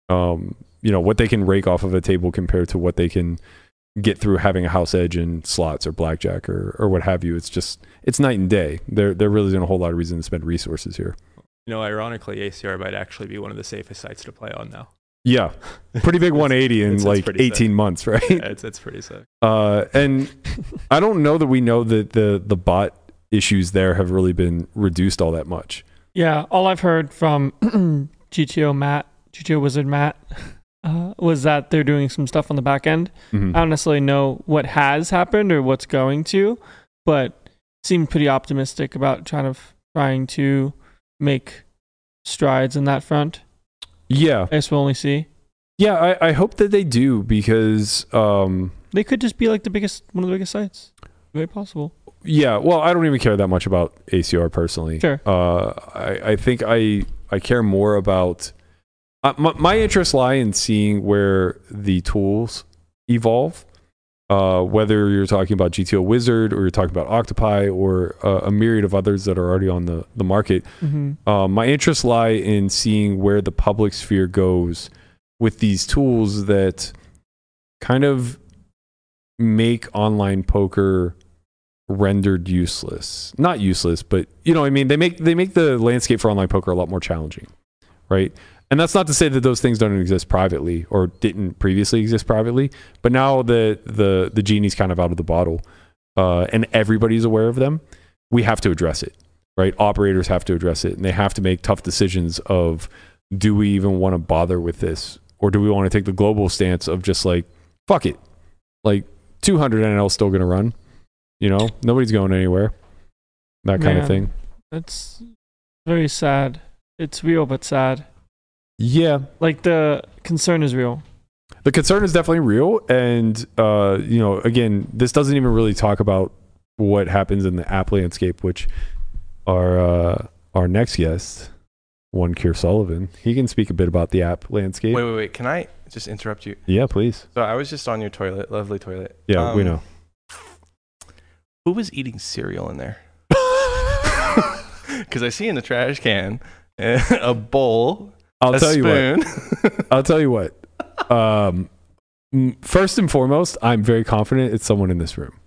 Speaker 3: Um, you know, what they can rake off of a table compared to what they can get through having a house edge in slots or blackjack or, or what have you. It's just it's night and day. There there really isn't a whole lot of reason to spend resources here.
Speaker 9: You know, ironically, ACR might actually be one of the safest sites to play on now.
Speaker 3: Yeah. Pretty big
Speaker 9: It's-
Speaker 3: 180 in
Speaker 9: it's- it's
Speaker 3: like
Speaker 9: pretty
Speaker 3: 18
Speaker 9: sick.
Speaker 3: months, right?
Speaker 9: Yeah, it's, it's pretty sick.
Speaker 3: Uh, and I don't know that we know that the the bot issues there have really been reduced all that much.
Speaker 4: Yeah, all I've heard from GTO Matt, GTO Wizard Matt, uh, was that they're doing some stuff on the back end.
Speaker 3: Mhm.
Speaker 9: Mm-hmm.
Speaker 4: I don't necessarily know what has happened or what's going to, but seemed pretty optimistic about trying to f- trying to make strides in that front.
Speaker 3: Yeah,
Speaker 4: I guess we'll only see.
Speaker 3: yeah. I, I hope that they do because um,
Speaker 4: They could just be like the biggest, one of the biggest sites. Very possible.
Speaker 3: Yeah, well, I don't even care that much about ACR personally.
Speaker 4: Sure.
Speaker 3: Uh, I, I think I I care more about uh, my, my interests lie in seeing where the tools evolve. Uh, whether you're talking about GTO Wizard or you're talking about Octopi or uh, a myriad of others that are already on the, the market,
Speaker 4: hmm
Speaker 3: uh, my interests lie in seeing where the public sphere goes with these tools that kind of make online poker rendered useless. Not useless, but you know, what I mean, they make they make the landscape for online poker a lot more challenging, right? And that's not to say that those things don't exist privately or didn't previously exist privately, but now the the the genie's kind of out of the bottle, uh, and everybody's aware of them. We have to address it right? Operators have to address it and they have to make tough decisions of do we even want to bother with this or do we want to take the global stance of just like fuck it. Like 200 NL is still going to run. You know, nobody's going anywhere. That kind of
Speaker 4: Man.
Speaker 3: thing.
Speaker 4: That's very sad. It's real, but sad.
Speaker 3: Yeah.
Speaker 4: Like the concern is real.
Speaker 3: the concern is definitely real and uh, you know again this doesn't even really talk about what happens in the app landscape which our uh, our next guest one Keir Sullivan he can speak a bit about the app landscape
Speaker 8: Wait, wait, wait. Can I just interrupt you?
Speaker 3: yeah please
Speaker 8: So I was just on your toilet, lovely toilet.
Speaker 3: yeah we
Speaker 8: Um,
Speaker 3: know
Speaker 8: Who was eating cereal in there? Because I see in the trash can eh, a bowl,
Speaker 3: I'll
Speaker 8: a
Speaker 3: tell you what
Speaker 8: spoon.
Speaker 3: I'll tell you what um, m- first and foremost I'm very confident it's someone in this room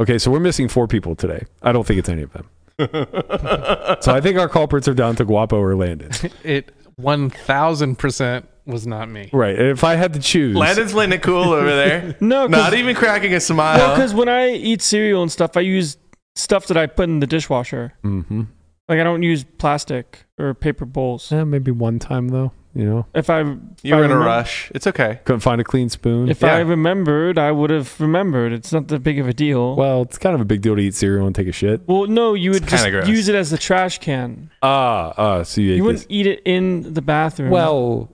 Speaker 3: okay so we're missing four people today I don't think it's any of them so I think our culprits are down to Guapo or Landon
Speaker 7: It 1000% was not me.
Speaker 3: right and if I had to choose
Speaker 8: Landon's letting it cool over there.
Speaker 4: No, 'cause-
Speaker 8: Not even cracking a smile.
Speaker 4: Well, because when I eat cereal and stuff, I use stuff that I put in the dishwasher.
Speaker 3: mm-hmm.
Speaker 4: Like I don't use plastic or paper bowls.
Speaker 3: Yeah, Eh, maybe one time though. You know,
Speaker 4: If I
Speaker 8: you were in a
Speaker 4: remember-
Speaker 8: rush. It's okay.
Speaker 3: couldn't find a clean spoon.
Speaker 4: if
Speaker 8: Yeah.
Speaker 4: I remembered, I would have remembered. It's not that big of a deal. Well,
Speaker 3: well, it's kind of a big deal to eat cereal and take a shit.
Speaker 4: no, you would
Speaker 8: It's
Speaker 4: just
Speaker 8: kinda gross.
Speaker 4: use it as the trash can.
Speaker 3: Ah, ah. So you,
Speaker 4: You
Speaker 3: ate this.
Speaker 4: wouldn't eat it in the bathroom.
Speaker 3: Well,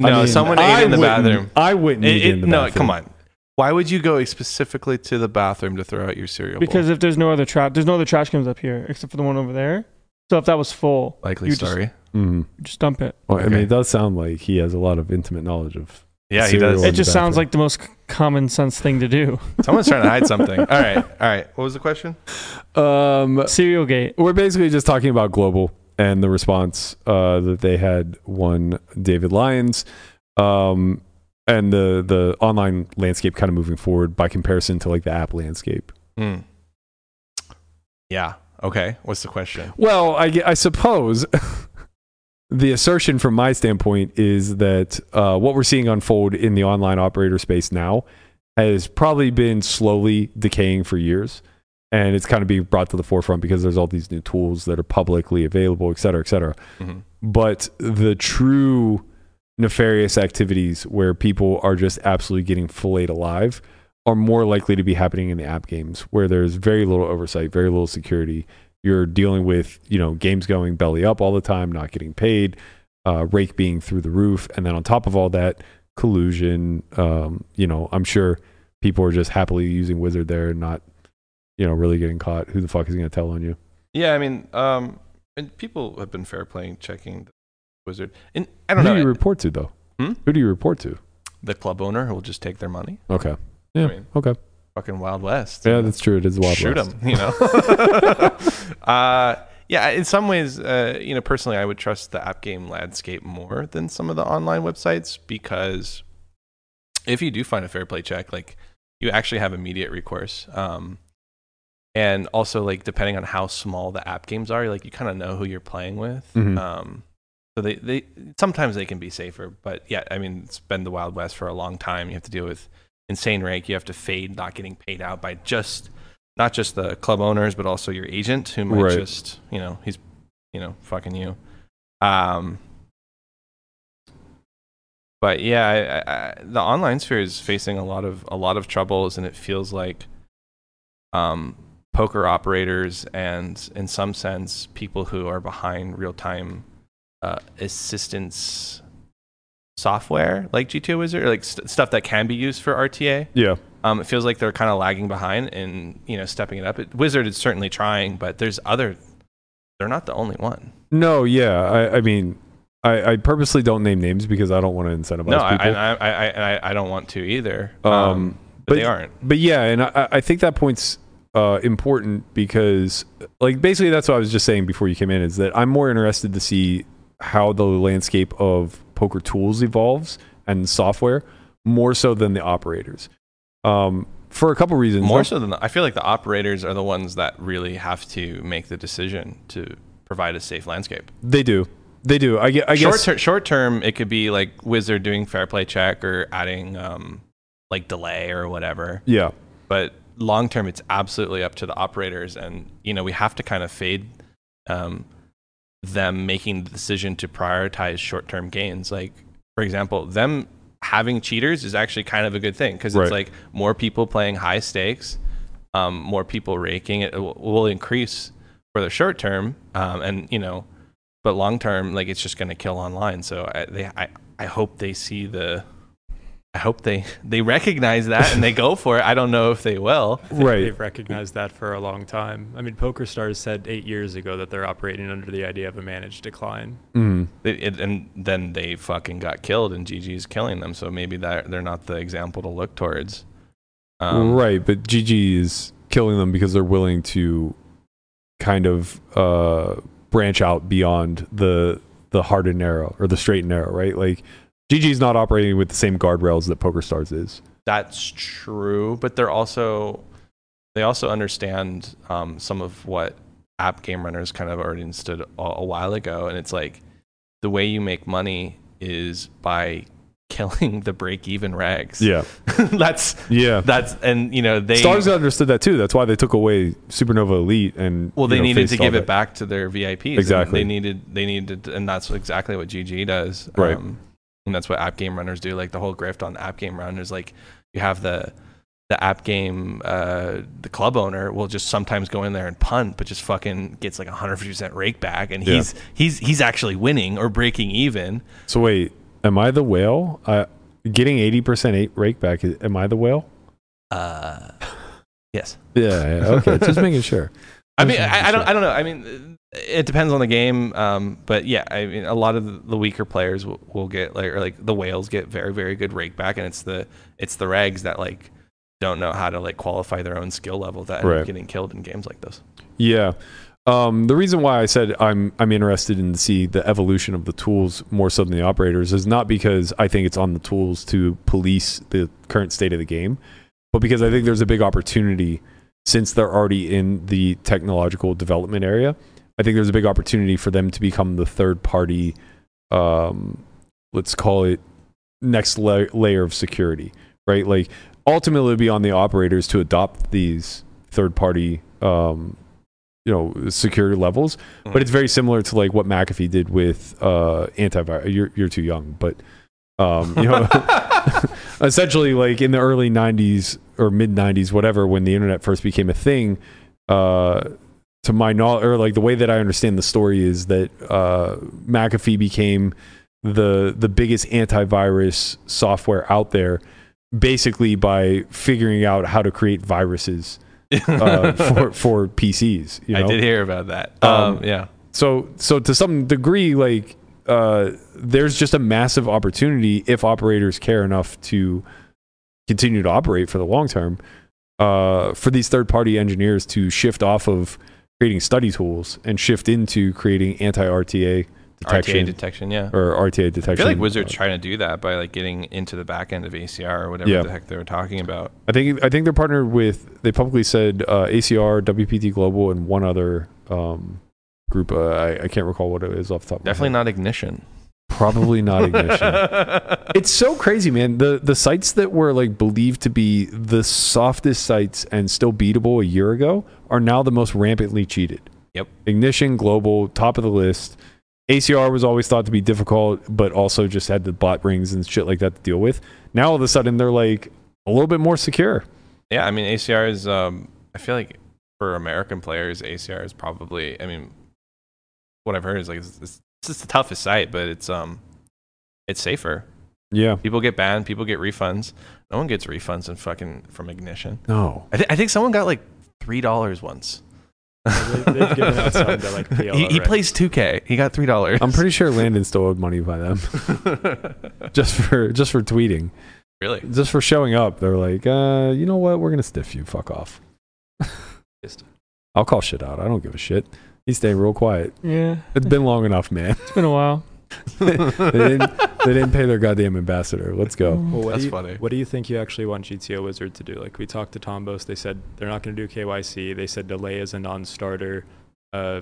Speaker 8: No, someone ate
Speaker 3: I
Speaker 8: in the
Speaker 3: wouldn't-
Speaker 8: bathroom.
Speaker 3: I wouldn't
Speaker 8: It-
Speaker 3: eat
Speaker 8: it-
Speaker 3: in the
Speaker 8: no,
Speaker 3: bathroom.
Speaker 8: come on. Why would you go specifically to the bathroom to throw out your cereal? bowl?
Speaker 4: because if there's no other trash, there's no other trash cans up here except for the one over there. So if that was full,
Speaker 8: likely
Speaker 4: you just-
Speaker 8: story.
Speaker 3: Mhm.
Speaker 4: just dump it.
Speaker 3: Well, I mean,
Speaker 8: Okay.
Speaker 3: it does sound like he has a lot of intimate knowledge of.
Speaker 8: yeah, he
Speaker 3: cereal
Speaker 8: does.
Speaker 3: in
Speaker 4: It
Speaker 3: the
Speaker 4: just sounds
Speaker 3: bathroom.
Speaker 4: like the most c- common sense thing to do.
Speaker 8: Someone's trying to hide something. All right, all right. What was the question?
Speaker 3: Um,
Speaker 4: Cereal gate.
Speaker 3: we're basically just talking about global and the response uh, that they had won David Lyons, um, and the the online landscape kind of moving forward by comparison to like the app landscape.
Speaker 8: Hmm. Yeah. Okay. What's the question?
Speaker 3: Well, I, ge- I suppose the assertion from my standpoint is that uh, what we're seeing unfold in the online operator space now has probably been slowly decaying for years. And it's kind of being brought to the forefront because there's all these new tools that are publicly available, et cetera, et cetera.
Speaker 8: Mhm.
Speaker 3: But the true nefarious activities where people are just absolutely getting filleted alive are more likely to be happening in the app games where there's very little oversight, very little security. You're dealing with, you know, games going belly up all the time, not getting paid, uh, rake being through the roof. And then on top of all that, collusion. Um, you know, I'm sure people are just happily using Wizard there and not, you know, really getting caught. Who the fuck is going to tell on you?
Speaker 8: Yeah, I mean, um, and people have been fair playing checking the wizard, and I don't
Speaker 3: Who do
Speaker 8: know
Speaker 3: you report to, though?
Speaker 8: Hmm?
Speaker 3: Who do you report to?
Speaker 8: the club owner who will just take their money.
Speaker 3: Okay. Yeah.
Speaker 8: mean,
Speaker 3: okay.
Speaker 8: Fucking Wild West.
Speaker 3: Yeah, that's true. It is wild.
Speaker 8: Shoot
Speaker 3: West.
Speaker 8: them, you know. uh, yeah, in some ways, uh, you know, personally, I would trust the app game landscape more than some of the online websites because if you do find a fair play check, like you actually have immediate recourse. Um, and also, like depending on how small the app games are, like you kind of know who you're playing with.
Speaker 3: Mhm.
Speaker 8: Um, so they, they sometimes they can be safer, but yeah, I mean, it's been the Wild West for a long time. You have to deal with insane rank. You have to fade not getting paid out by just not just the club owners, but also your agent who might
Speaker 3: Right.
Speaker 8: just you know he's you know fucking you. Um, but yeah, I, I, I- the online sphere is facing a lot of a lot of troubles, and it feels like um, poker operators and, in some sense, people who are behind real time uh, assistance software like G2 Wizard, or like st- stuff that can be used for RTA.
Speaker 3: Yeah.
Speaker 8: Um, it feels like they're kind of lagging behind and you know stepping it up. It, Wizard is certainly trying, but there's other. They're not the only one.
Speaker 3: No, yeah. I, I mean, I, I purposely don't name names because I don't want to incentivize
Speaker 8: No, I,
Speaker 3: people.
Speaker 8: I, I, I, I- I don't want to either. Um,
Speaker 3: Um,
Speaker 8: but,
Speaker 3: but-
Speaker 8: they aren't.
Speaker 3: but yeah, and I, I think that point's uh, important because, like, basically, that's what I was just saying before you came in is that I'm more interested to see how the landscape of poker tools evolves and software more so than the operators. Um, for a couple reasons.
Speaker 8: More so than the, I feel like the operators are the ones that really have to make the decision to provide a safe landscape.
Speaker 3: They do. They do. I, ge- I
Speaker 8: short
Speaker 3: guess.
Speaker 8: ter- short term, it could be like Wizard doing fair play check or adding um, like delay or whatever.
Speaker 3: Yeah.
Speaker 8: but long term it's absolutely up to the operators and you know we have to kind of fade um, them making the decision to prioritize short term gains like for example them having cheaters is actually kind of a good thing because
Speaker 3: Right.
Speaker 8: it's like more people playing high stakes um, more people raking it will- will increase for the short term um, and you know but long term like it's just going to kill online so I, they, I, I hope they see the I hope they they recognize that and they go for it. I don't know if they will.
Speaker 9: I think
Speaker 3: Right.
Speaker 9: They've recognized that for a long time. I mean, PokerStars said eight years ago that they're operating under the idea of a managed decline.
Speaker 3: Mm.
Speaker 8: They, it, and then they fucking got killed, and GG's killing them. So maybe that they're not the example to look towards. Um,
Speaker 3: right, but GG is killing them because they're willing to kind of uh, branch out beyond the the hard and narrow or the straight and narrow, right? Like GG is not operating with the same guardrails that PokerStars is.
Speaker 8: That's true, but they're also they also understand um, some of what app game runners kind of already understood a, a while ago, and it's like the way you make money is by killing the break even regs.
Speaker 3: Yeah,
Speaker 8: that's
Speaker 3: yeah.
Speaker 8: that's and you know they
Speaker 3: Stars understood that too. That's why they took away Supernova Elite and
Speaker 8: Well,
Speaker 3: you
Speaker 8: they
Speaker 3: know,
Speaker 8: needed
Speaker 3: faced
Speaker 8: to
Speaker 3: all
Speaker 8: give
Speaker 3: that.
Speaker 8: it back to their VIPs. and
Speaker 3: Exactly.
Speaker 8: They needed. They needed, and that's exactly what GG does. Um,
Speaker 3: Right.
Speaker 8: and that's what app game runners do. Like the whole grift on app game runners, like you have the the app game, uh, the club owner will just sometimes go in there and punt, but just fucking gets like 150% rake back, and
Speaker 3: Yeah.
Speaker 8: he's he's he's actually winning or breaking even.
Speaker 3: So wait, am I the whale? I getting eighty percent eight rake back. Am I the whale?
Speaker 8: Uh, yes.
Speaker 3: Yeah. yeah okay. Just making sure.
Speaker 8: I mean, I, I don't, I don't know. I mean, it depends on the game. Um, but yeah, I mean, a lot of the weaker players will, will get like, or like the whales get very, very good rake back, and it's the, it's the rags that like don't know how to like qualify their own skill level that end
Speaker 3: Right.
Speaker 8: up getting killed in games like this.
Speaker 3: Yeah. Um, the reason why I said I'm I'm interested in see the evolution of the tools more so than the operators is not because I think it's on the tools to police the current state of the game, but because I think there's a big opportunity since they're already in the technological development area. I think there's a big opportunity for them to become the third party, um, let's call it next la- layer of security, right? Like ultimately, it would be on the operators to adopt these third party um, you know security levels
Speaker 8: Mm-hmm.
Speaker 3: but it's very similar to like what mcafee did with uh antivirus you're, you're too young but um you know essentially like in the early 90s or mid 90s, whatever, when the internet first became a thing, uh, to my knowledge, or like the way that I understand the story is that uh, McAfee became the the biggest antivirus software out there, basically by figuring out how to create viruses uh, for for PCs. You know?
Speaker 8: I did hear about that. Um,
Speaker 3: Um,
Speaker 8: yeah.
Speaker 3: so so to some degree like uh there's just a massive opportunity if operators care enough to continue to operate for the long term uh for these third party engineers to shift off of creating study tools and shift into creating anti-RTA
Speaker 8: RTA
Speaker 3: detection
Speaker 8: detection. Yeah.
Speaker 3: or RTA
Speaker 8: I
Speaker 3: detection.
Speaker 8: feel like Wizards
Speaker 3: Uh,
Speaker 8: trying to do that by like getting into the back end of ACR or whatever
Speaker 3: Yeah.
Speaker 8: the heck they were talking about.
Speaker 3: I think I think they're partnered with. They publicly said uh, ACR, WPT Global, and one other um, group. Uh, I, I can't recall what it is off the top.
Speaker 8: Definitely
Speaker 3: of
Speaker 8: not ignition.
Speaker 3: my head. Probably not ignition. it's so crazy, man. The the sites that were like believed to be the softest sites and still beatable a year ago are now the most rampantly cheated.
Speaker 8: Yep.
Speaker 3: Ignition Global, top of the list. ACR was always thought to be difficult, but also just had the bot rings and shit like that to deal with. Now all of a sudden they're like a little bit more secure.
Speaker 8: Yeah, I mean ACR is. Um, I feel like for American players, ACR is probably. I mean, what I've heard is like it's, it's just the toughest site, but it's um, it's safer.
Speaker 3: Yeah.
Speaker 8: People get banned. People get refunds. No one gets refunds and fucking from ignition.
Speaker 3: No.
Speaker 8: I, th- I think someone got like three dollars once.
Speaker 9: they- they've given out some to, like, PL
Speaker 8: he, he
Speaker 9: already.
Speaker 8: plays 2K. He got three dollars.
Speaker 3: I'm pretty sure Landon still owed money by them just for just for tweeting,
Speaker 8: really.
Speaker 3: just for showing up. They're like, uh, you know what? We're gonna stiff you. Fuck off.
Speaker 9: Just-
Speaker 3: I'll call shit out. I don't give a shit. He's staying real quiet.
Speaker 4: Yeah,
Speaker 3: It's been long enough, man.
Speaker 4: it's been a while.
Speaker 3: they, didn't, they didn't pay their goddamn ambassador. Let's go.
Speaker 9: Well, what
Speaker 8: That's
Speaker 9: do you,
Speaker 8: funny.
Speaker 9: What do you think you actually want GTO Wizard to do? Like we talked to Tombos, they said they're not going to do KYC. They said delay is a non-starter. Uh,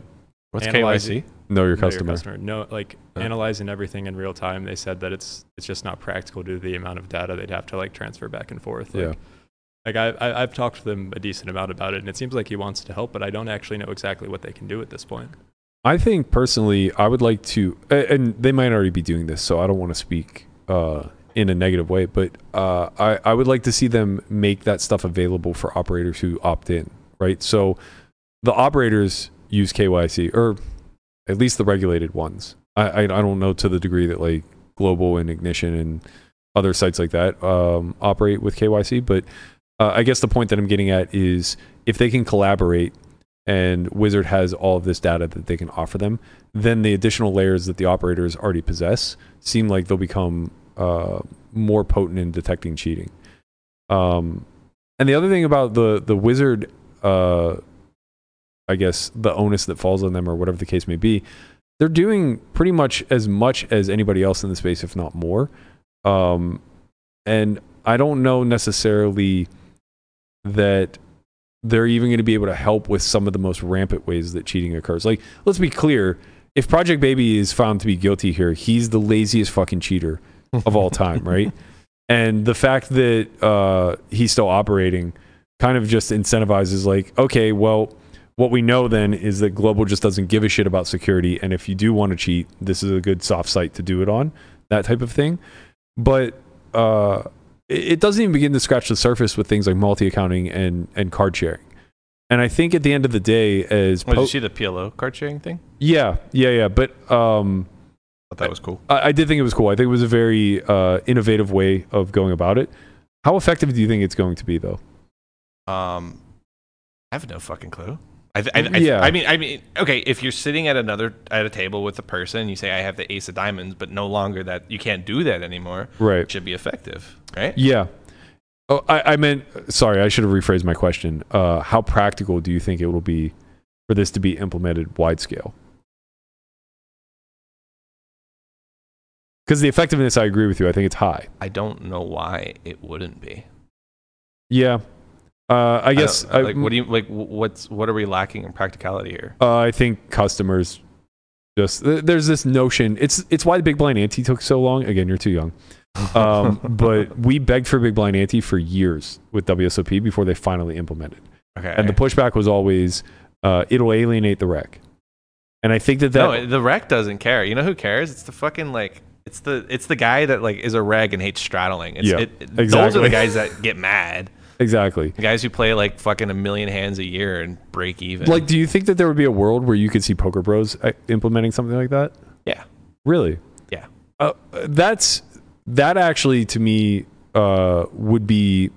Speaker 8: What's
Speaker 9: Analyzing-
Speaker 8: KYC?
Speaker 3: Know your
Speaker 9: know your
Speaker 3: customer. Uh.
Speaker 9: No, like
Speaker 8: Yeah.
Speaker 9: analyzing everything in real time. They said that it's it's just not practical due to the amount of data they'd have to like transfer back and forth. Like,
Speaker 3: Yeah.
Speaker 9: Like I, I I've talked to them a decent amount about it, and it seems like he wants to help, but I don't actually know exactly what they can do at this point.
Speaker 3: I think personally, I would like to, a- and they might already be doing this, so I don't want to speak uh, in a negative way, but uh, I, I would like to see them make that stuff available for operators who opt in, right? So the operators use KYC, or at least the regulated ones. I, I, I don't know to the degree that like Global and Ignition and other sites like that um, operate with KYC, but uh, I guess the point that I'm getting at is if they can collaborate and Wizard has all of this data that they can offer them, then the additional layers that the operators already possess seem like they'll become uh, more potent in detecting cheating. Um, and the other thing about the the Wizard, uh, I guess the onus that falls on them, or whatever the case may be, they're doing pretty much as much as anybody else in the space, if not more. Um, and I don't know necessarily that they're even going to be able to help with some of the most rampant ways that cheating occurs. Like, let's be clear if Project Baby is found to be guilty here, he's the laziest fucking cheater of all time, right? And the fact that uh, he's still operating kind of just incentivizes, like, okay, well, what we know then is that Global just doesn't give a shit about security. And if you do want to cheat, this is a good soft site to do it on, that type of thing. But, uh, it it doesn't even begin to scratch the surface with things like multi accounting and and card sharing. And I think at the end of the day, as
Speaker 8: What, did
Speaker 3: po-
Speaker 8: you see the PLO card sharing thing?
Speaker 3: yeah, yeah, yeah. But um,
Speaker 8: Thought that was cool.
Speaker 3: I, I did think it was cool. I think it was a very uh, innovative way of going about it. How effective do you think it's going to be, though?
Speaker 8: Um, I have no fucking clue. I, th- I, th- I,
Speaker 3: Yeah.
Speaker 8: yeah. I mean, I mean, okay. If you're sitting at another at a table with a person, you say, "I have the ace of diamonds," but no longer that you can't do that anymore.
Speaker 3: Right.
Speaker 8: It should be effective, right?
Speaker 3: Yeah. Oh, I, I meant. Sorry, I should have rephrased my question. Uh, how practical do you think it will be for this to be implemented wide scale? Because the effectiveness, I agree with you. I think it's high.
Speaker 8: I don't know why it wouldn't be.
Speaker 3: Yeah. Uh, I guess
Speaker 8: don't-
Speaker 3: I,
Speaker 8: like, what do you like? wh- What's what are we lacking in practicality here?
Speaker 3: uh, I think customers just th- there's this notion. It's it's why the Big Blind Ante took so long. Again, you're too young. Um, but we begged for Big Blind Ante for years with WSOP before they finally implemented.
Speaker 8: Okay.
Speaker 3: And the pushback was always uh, it'll alienate the rec. And I think that that
Speaker 8: no, the rec doesn't care. You know who cares? It's the fucking like. It's the it's the guy that like is a reg and hates straddling. It's,
Speaker 3: Yeah,
Speaker 8: it, it- Those are
Speaker 3: exactly.
Speaker 8: the guys that get mad.
Speaker 3: Exactly.
Speaker 8: The guys who play like fucking a million hands a year and break even.
Speaker 3: Like, do you think that there would be a world where you could see Poker Bros uh, implementing something like that?
Speaker 8: yeah,
Speaker 3: Really?
Speaker 8: yeah.
Speaker 3: Uh, that's that actually to me uh, would be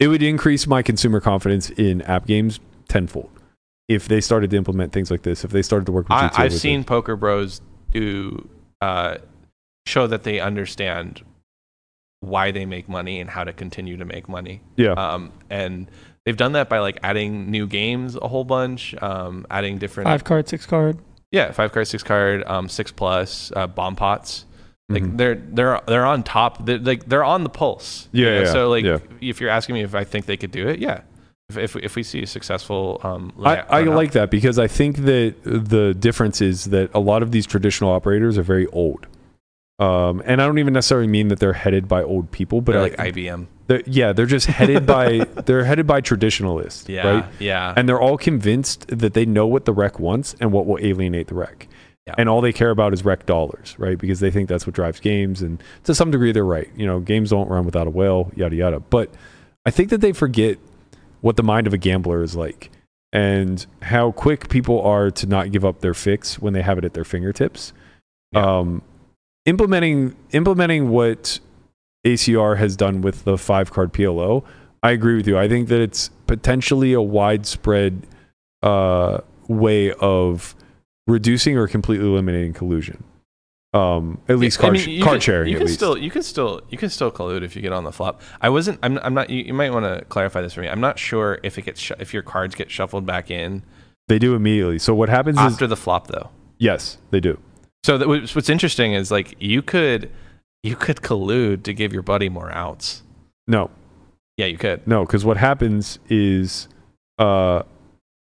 Speaker 3: it would increase my consumer confidence in app games tenfold if they started to implement things like this. If they started to work with
Speaker 8: I,
Speaker 3: GTA
Speaker 8: I've
Speaker 3: with it.
Speaker 8: seen poker bros do uh, show that they understand why they make money and how to continue to make money.
Speaker 3: Yeah.
Speaker 8: Um, and they've done that by like adding new games a whole bunch, um, adding different
Speaker 4: Five card, six card.
Speaker 8: yeah five card, six card, um, six plus uh, bomb pots. Like
Speaker 3: Mm-hmm.
Speaker 8: they're they're they're on top. They're, like they're on the pulse. you
Speaker 3: Yeah,
Speaker 8: know?
Speaker 3: yeah,
Speaker 8: So like
Speaker 3: yeah.
Speaker 8: if you're asking me if I think they could do it, yeah. If if, if we see a successful um,
Speaker 3: I,
Speaker 8: layout
Speaker 3: I
Speaker 8: run up-
Speaker 3: like that because I think that the difference is that a lot of these traditional operators are very old. Um, and I don't even necessarily mean that they're headed by old people, but
Speaker 8: they're
Speaker 3: I-
Speaker 8: like IBM.
Speaker 3: they're- yeah, they're just headed by they're headed by traditionalists,
Speaker 8: Yeah,
Speaker 3: right?
Speaker 8: yeah.
Speaker 3: and they're all convinced that they know what the rec wants and what will alienate the rec.
Speaker 8: Yeah.
Speaker 3: And all they care about is rec dollars, right? Because they think that's what drives games. And to some degree, they're right. You know, games don't run without a will, yada, yada. But I think that they forget what the mind of a gambler is like and how quick people are to not give up their fix when they have it at their fingertips. Um, implementing, implementing what ACR has done with the five card PLO, I agree with you. I think that it's potentially a widespread uh, way of reducing or completely eliminating collusion. Um, at least
Speaker 8: I
Speaker 3: card,
Speaker 8: mean,
Speaker 3: sh-
Speaker 8: you
Speaker 3: card
Speaker 8: can-
Speaker 3: sharing.
Speaker 8: You
Speaker 3: at
Speaker 8: can
Speaker 3: least.
Speaker 8: still, you can still, you can still collude if you get on the flop. I wasn't. I'm. I'm not. You, you might want to clarify this for me. I'm not sure if it gets shu- if your cards get shuffled back in
Speaker 3: they do immediately. So what happens is
Speaker 8: after the flop, though.
Speaker 3: yes, they do.
Speaker 8: So that, what's what's interesting is like you could, you could collude to give your buddy more outs.
Speaker 3: No,
Speaker 8: Yeah, you could.
Speaker 3: no, because what happens is, uh,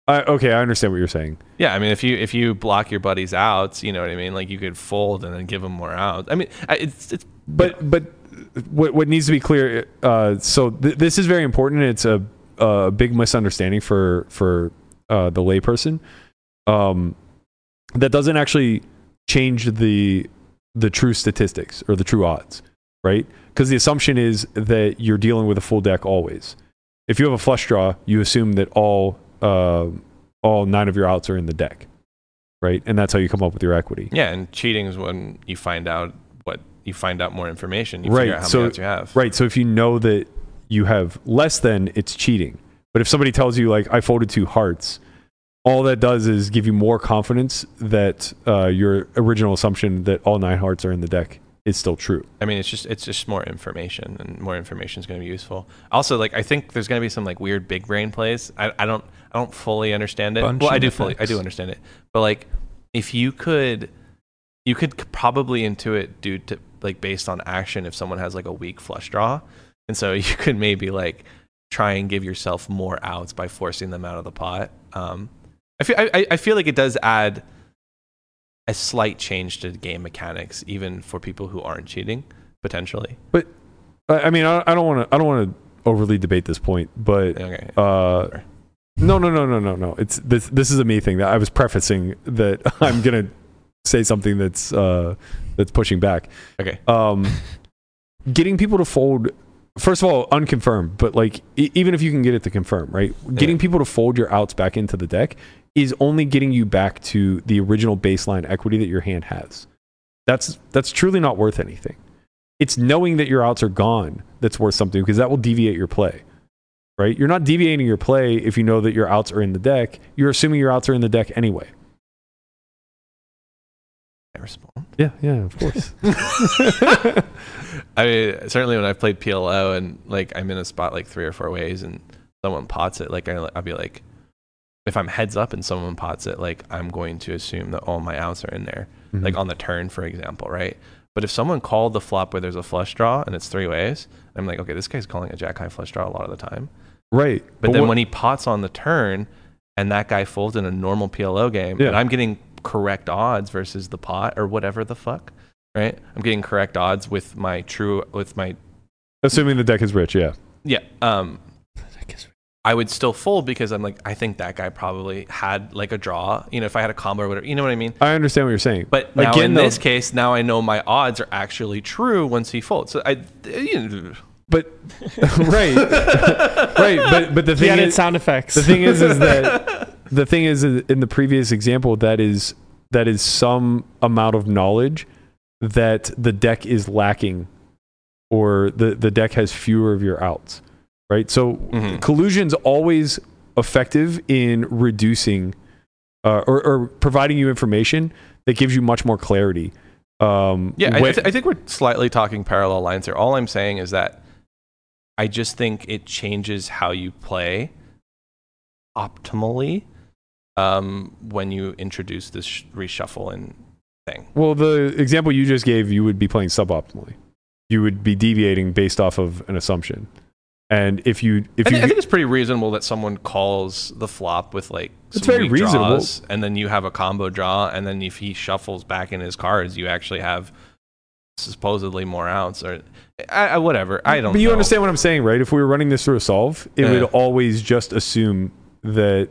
Speaker 3: I, okay, I understand what you're saying.
Speaker 8: Yeah, I mean, if you if you block your buddy's outs, you know what I mean. Like you could fold and then give him more outs. I mean, I- it's it's
Speaker 3: But but what what needs to be clear. Uh, so th- this is very important. It's a a big misunderstanding for for uh, the layperson. Um, that doesn't actually change the the true statistics or the true odds, right? Because the assumption is that you're dealing with a full deck always. If you have a flush draw, you assume that all uh, all nine of your outs are in the deck, right? And that's how you come up with your equity.
Speaker 8: yeah. And cheating is when you find out what you find out more information. You figure out how many outs you have.
Speaker 3: Right. So if you know that you have less than, it's cheating. But if somebody tells you like I folded two hearts, all that does is give you more confidence that uh, your original assumption that all nine hearts are in the deck is still true.
Speaker 8: I mean, it's just it's just more information, and more information is going to be useful. Also, like I think there's going to be some like weird big brain plays. I, I don't I don't fully understand it.
Speaker 9: Bunch
Speaker 8: well, I
Speaker 9: of
Speaker 8: do fully I do
Speaker 9: effects.
Speaker 8: understand it, but like if you could, you could c- probably intuit due to like based on action if someone has like a weak flush draw, and so you could maybe like try and give yourself more outs by forcing them out of the pot. Um, I feel I, I- I feel like it does add a slight change to game mechanics, even for people who aren't cheating potentially.
Speaker 3: But I I mean, I I don't want to. I don't want to overly debate this point, but
Speaker 8: Okay. Oh,
Speaker 3: uh, no, no, no, no, no, no. It's this. This is a me thing that I was prefacing that I'm gonna say something that's uh, that's pushing back.
Speaker 8: Okay.
Speaker 3: um, getting people to fold first of all unconfirmed but like e- even if you can get it to confirm right getting people to fold your outs back into the deck is only getting you back to the original baseline equity that your hand has that's that's truly not worth anything it's knowing that your outs are gone that's worth something because that will deviate your play right you're not deviating your play if you know that your outs are in the deck you're assuming your outs are in the deck anyway
Speaker 8: I respond.
Speaker 3: yeah yeah of course
Speaker 8: I mean, certainly when I've played PLO and like I'm in a spot like three or four ways and someone pots it, like I, I'll be like, if I'm heads up and someone pots it, like I'm going to assume that all my outs are in there, like on the turn, for example, right? But if someone called the flop where there's a flush draw and it's three ways, I'm like, okay, this guy's calling a jack high flush draw a lot of the time.
Speaker 3: right
Speaker 8: But, then
Speaker 3: what-
Speaker 8: when he pots on the turn and that guy folds in a normal PLO game,
Speaker 3: Yeah.
Speaker 8: and I'm getting correct odds versus the pot or whatever the fuck, right? I'm getting correct odds with my true with my
Speaker 3: assuming the deck is rich yeah
Speaker 8: yeah. Um, I would still fold because I'm like I think that guy probably had like a draw. You know, if I had a combo or whatever, you know what I mean.
Speaker 3: i understand what you're saying
Speaker 8: But now in
Speaker 3: though-
Speaker 8: this case, now I know my odds are actually true once he folds. So I, you know,
Speaker 3: But right, right. But but the
Speaker 4: He
Speaker 3: thing
Speaker 4: added
Speaker 3: is,
Speaker 4: sound effects.
Speaker 3: the thing is, is that the thing is, is in the previous example, that is that is some amount of knowledge that the deck is lacking, or the the deck has fewer of your outs. Right. So
Speaker 8: Mhm.
Speaker 3: collusion's always effective in reducing uh, or, or providing you information that gives you much more clarity. Um,
Speaker 8: Yeah, I, I
Speaker 3: when-
Speaker 8: th- I think we're slightly talking parallel lines here. All I'm saying is that I just think it changes how you play optimally um, when you introduce this sh- reshuffle and thing.
Speaker 3: Well, the example you just gave, you would be playing suboptimally. You would be deviating based off of an assumption. And if you, if
Speaker 8: I,
Speaker 3: you,
Speaker 8: thi- I think it's pretty reasonable that someone calls the flop with like
Speaker 3: It's
Speaker 8: some
Speaker 3: very
Speaker 8: weak
Speaker 3: reasonable.
Speaker 8: draws, and then you have a combo draw, and then if he shuffles back in his cards, you actually have supposedly more outs or I, I, whatever. I don't.
Speaker 3: but you
Speaker 8: know.
Speaker 3: understand what I'm saying, right? If we were running this through a solve, it would
Speaker 8: Yeah.
Speaker 3: always just assume that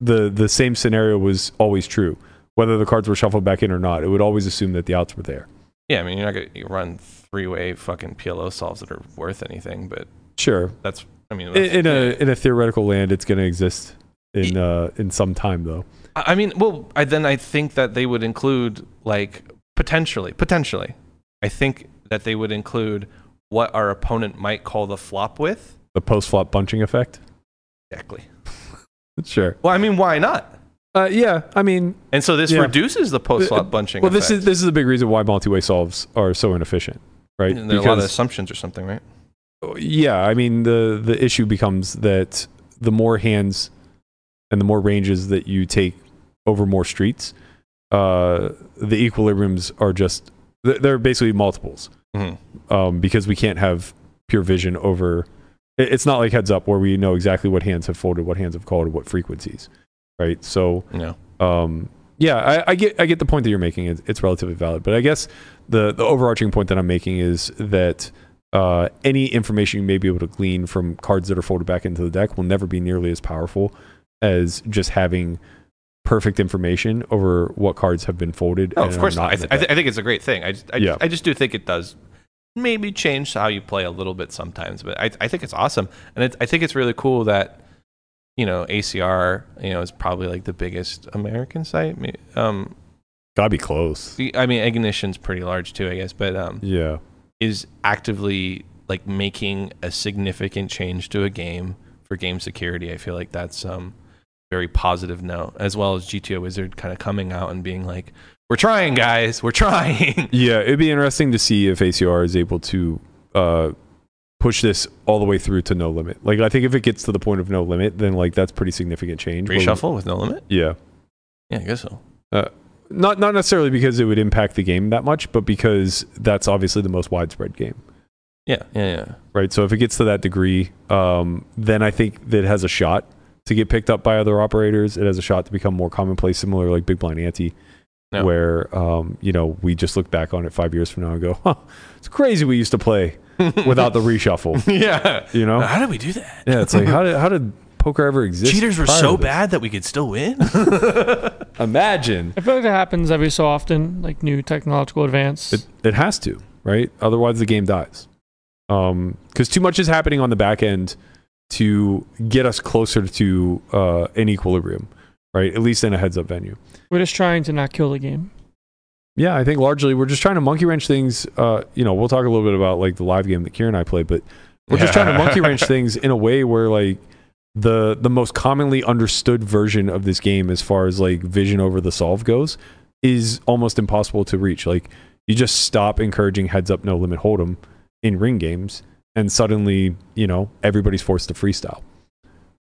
Speaker 3: the the same scenario was always true, whether the cards were shuffled back in or not. It would always assume that the outs were there.
Speaker 8: Yeah, I mean, you're not gonna you run three way fucking PLO solves that are worth anything, but
Speaker 3: Sure,
Speaker 8: that's I mean,
Speaker 3: in,
Speaker 8: that's,
Speaker 3: in a in a theoretical land, it's going to exist in uh, in some time though.
Speaker 8: I I mean, well, I, then I think that they would include like potentially, potentially, I think that they would include what our opponent might call the flop with.
Speaker 3: The post flop bunching effect.
Speaker 8: Exactly.
Speaker 3: Sure.
Speaker 8: Well, I mean, why not?
Speaker 3: Uh, yeah, I mean,
Speaker 8: And so this
Speaker 3: Yeah.
Speaker 8: reduces the post
Speaker 3: Uh,
Speaker 8: flop bunching.
Speaker 3: Well, this
Speaker 8: effect.
Speaker 3: is this is a big reason why multi-way solves are so inefficient, right?
Speaker 8: And there are a lot of assumptions or something, right?
Speaker 3: yeah, I mean the the issue becomes that the more hands and the more ranges that you take over more streets, uh, the equilibriums are just th- they're basically multiples
Speaker 8: Mhm.
Speaker 3: um, because we can't have pure vision over. it- It's not like heads up where we know exactly what hands have folded, what hands have called, what frequencies, right? So
Speaker 8: No.
Speaker 3: um, yeah, I, I get I get the point that you're making. It's, it's relatively valid, but I guess the the overarching point that I'm making is that uh, any information you may be able to glean from cards that are folded back into the deck will never be nearly as powerful as just having perfect information over what cards have been folded.
Speaker 8: No,
Speaker 3: and
Speaker 8: Oh, of
Speaker 3: are
Speaker 8: course not. I,
Speaker 3: in
Speaker 8: th-
Speaker 3: the
Speaker 8: I,
Speaker 3: deck.
Speaker 8: th- I think it's a great thing. I just, I,
Speaker 3: Yeah.
Speaker 8: I just do think it does maybe change how you play a little bit sometimes, but I, I think it's awesome, and it, I think it's really cool that you know ACR you know is probably like the biggest American site. May- Um,
Speaker 3: Gotta be close.
Speaker 8: the- I mean Ignition's pretty large too, I guess, but um,
Speaker 3: Yeah,
Speaker 8: is actively like making a significant change to a game for game security. I feel like that's um very positive note, as well as GTO Wizard kind of coming out and being like, "We're trying, guys. We're trying."
Speaker 3: yeah. It'd be interesting to see if ACR is able to. Uh, push this all the way through to no limit like i think if it gets to the point of no limit then like that's pretty significant change But-
Speaker 8: Reshuffle with no limit?
Speaker 3: yeah
Speaker 8: Yeah, I guess so.
Speaker 3: not not necessarily because it would impact the game that much, but because that's obviously the most widespread game,
Speaker 8: Yeah, yeah, yeah.
Speaker 3: right? So if it gets to that degree, um, then I think that it has a shot to get picked up by other operators. It has a shot to become more commonplace, similar like Big Blind Ante,
Speaker 8: Yeah.
Speaker 3: where um, you know we just look back on it five years from now and go, "Huh, it's crazy we used to play without the reshuffle."
Speaker 8: yeah.
Speaker 3: You know?
Speaker 8: How did we do that?
Speaker 3: yeah, it's like how did how did poker ever exist?
Speaker 8: Cheaters were
Speaker 3: prior
Speaker 8: so
Speaker 3: to this?
Speaker 8: bad that we could still win.
Speaker 3: Imagine
Speaker 4: I feel like that happens every so often, like new technological advance.
Speaker 3: It, it has to, right? Otherwise, the game dies. Because too much is happening on the back end to get us closer to uh, an equilibrium, right? At least in a heads up venue.
Speaker 4: We're just trying to not kill the game.
Speaker 3: Yeah, I think largely we're just trying to monkey wrench things. Uh, you know, we'll talk a little bit about like the live game that Kieran and I play, but we're just trying to monkey wrench things in a way where like the the most commonly understood version of this game, as far as like vision over the solve goes, is almost impossible to reach. Like you just stop encouraging heads up, no limit hold'em in ring games, and suddenly you know everybody's forced to freestyle.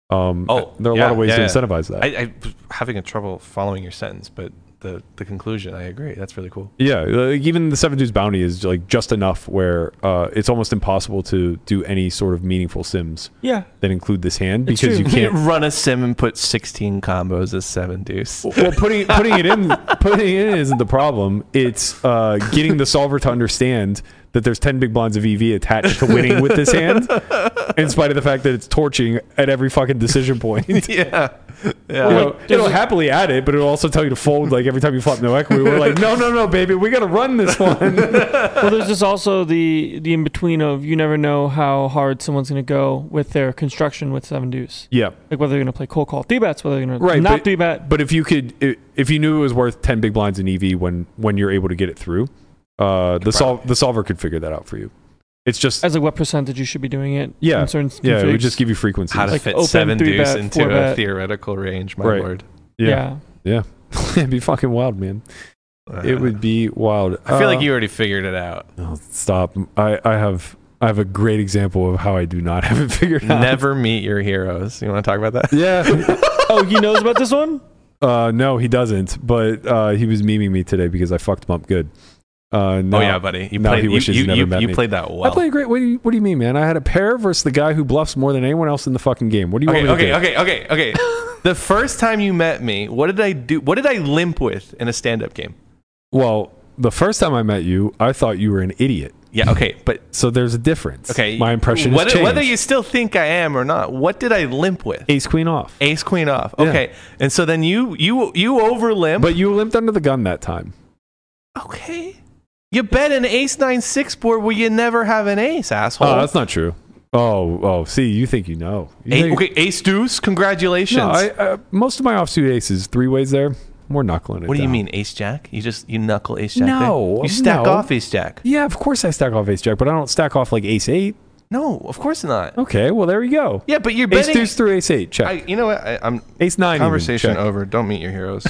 Speaker 3: Um,
Speaker 8: Oh,
Speaker 3: there are a lot
Speaker 8: yeah,
Speaker 3: of ways
Speaker 8: yeah,
Speaker 3: to
Speaker 8: yeah.
Speaker 3: incentivize that.
Speaker 8: I, I was having a trouble following your sentence, but the, the conclusion, I agree. That's really cool.
Speaker 3: Yeah, like even the Seven Dudes Bounty is like just enough where uh, it's almost impossible to do any sort of meaningful sims
Speaker 4: Yeah.
Speaker 3: that include this hand
Speaker 4: It's
Speaker 3: because you
Speaker 4: true.
Speaker 3: can't.
Speaker 8: Run a sim and put 16 combos as 7 deuce.
Speaker 3: well, putting putting it in putting it in isn't the problem. It's uh, getting the solver to understand that there's ten big blinds of EV attached to winning with this hand, in spite of the fact that it's torching at every fucking decision point.
Speaker 8: yeah. Yeah.
Speaker 3: You know, it'll happily add it, but it'll also tell you to fold like every time you flop no equity. We're like, no, no, no, baby, we gotta run this one.
Speaker 4: well, there's just also the the in between of you never know how hard someone's going to go with their construction with seven deuce,
Speaker 3: yeah,
Speaker 4: like whether they're going to play cold call three bets, whether they're going
Speaker 3: Right,
Speaker 4: to not
Speaker 3: but-
Speaker 4: three bet.
Speaker 3: but if you could, i- if you knew it was worth ten big blinds in EV when when you're able to get it through, uh, the sol- the solver could figure that out for you. It's just
Speaker 4: As like what percentage you should be doing it?
Speaker 3: Yeah.
Speaker 4: in certain
Speaker 3: yeah, it would
Speaker 4: configs.
Speaker 3: just give you frequencies.
Speaker 8: How to
Speaker 4: Like
Speaker 8: fit
Speaker 4: open
Speaker 8: seven
Speaker 4: three
Speaker 8: deuce
Speaker 4: bet,
Speaker 8: into
Speaker 4: four
Speaker 8: a
Speaker 4: bet.
Speaker 8: theoretical range, my
Speaker 3: Right.
Speaker 8: lord.
Speaker 3: yeah, it'd be fucking wild, man. It would be wild.
Speaker 8: Uh, I feel
Speaker 3: Uh,
Speaker 8: like you already figured it out.
Speaker 3: No, stop. I, I have I have a great example of how I do not have it figured out.
Speaker 8: Never meet your heroes. You want to talk about that?
Speaker 3: Yeah.
Speaker 4: Oh, he knows about this one.
Speaker 3: uh, no, he doesn't. But uh, he was memeing me today because I fucked him up good. Uh, no.
Speaker 8: oh yeah, buddy. You
Speaker 3: now
Speaker 8: played.
Speaker 3: he
Speaker 8: you-
Speaker 3: wishes
Speaker 8: you,
Speaker 3: he never
Speaker 8: you-
Speaker 3: met
Speaker 8: you
Speaker 3: me.
Speaker 8: played that well.
Speaker 3: I played great. What do, you, what do you mean, man? I had a pair versus the guy who bluffs more than anyone else in the fucking game. What do you
Speaker 8: okay,
Speaker 3: want me
Speaker 8: okay,
Speaker 3: to
Speaker 8: okay, okay, okay. the first time you met me, what did I do? What did I limp with in a stand-up game?
Speaker 3: do? Well, the first time I met you, I thought you were an idiot.
Speaker 8: Yeah. Okay, but
Speaker 3: So there's a difference.
Speaker 8: okay.
Speaker 3: My impression
Speaker 8: whether,
Speaker 3: has changed.
Speaker 8: Whether you still think I am or not, what did I limp with?
Speaker 3: ace queen off.
Speaker 8: Ace queen off.
Speaker 3: Yeah.
Speaker 8: Okay, and so then you you you over limp.
Speaker 3: But you limped under the gun that time.
Speaker 8: okay. You bet an ace nine six board where you never have an ace, asshole.
Speaker 3: Oh, that's not true. Oh, oh, see, you think you know. You
Speaker 8: A-
Speaker 3: think-
Speaker 8: okay, ace deuce. Congratulations.
Speaker 3: No, I, uh, most of my offsuit aces, three ways there, we're knuckling it.
Speaker 8: what do you
Speaker 3: down.
Speaker 8: mean, ace jack? You just you knuckle ace jack. there?
Speaker 3: No,
Speaker 8: you stack
Speaker 3: no.
Speaker 8: off ace jack.
Speaker 3: Yeah, of course I stack off ace jack, but I don't stack off like ace eight.
Speaker 8: No, of course not.
Speaker 3: Okay, well there you go.
Speaker 8: Yeah, but you're
Speaker 3: ace
Speaker 8: betting.
Speaker 3: deuce through ace eight. Check.
Speaker 8: I, you know what? I, I'm
Speaker 3: ace nine. even,
Speaker 8: conversation
Speaker 3: check.
Speaker 8: over. Don't meet your heroes.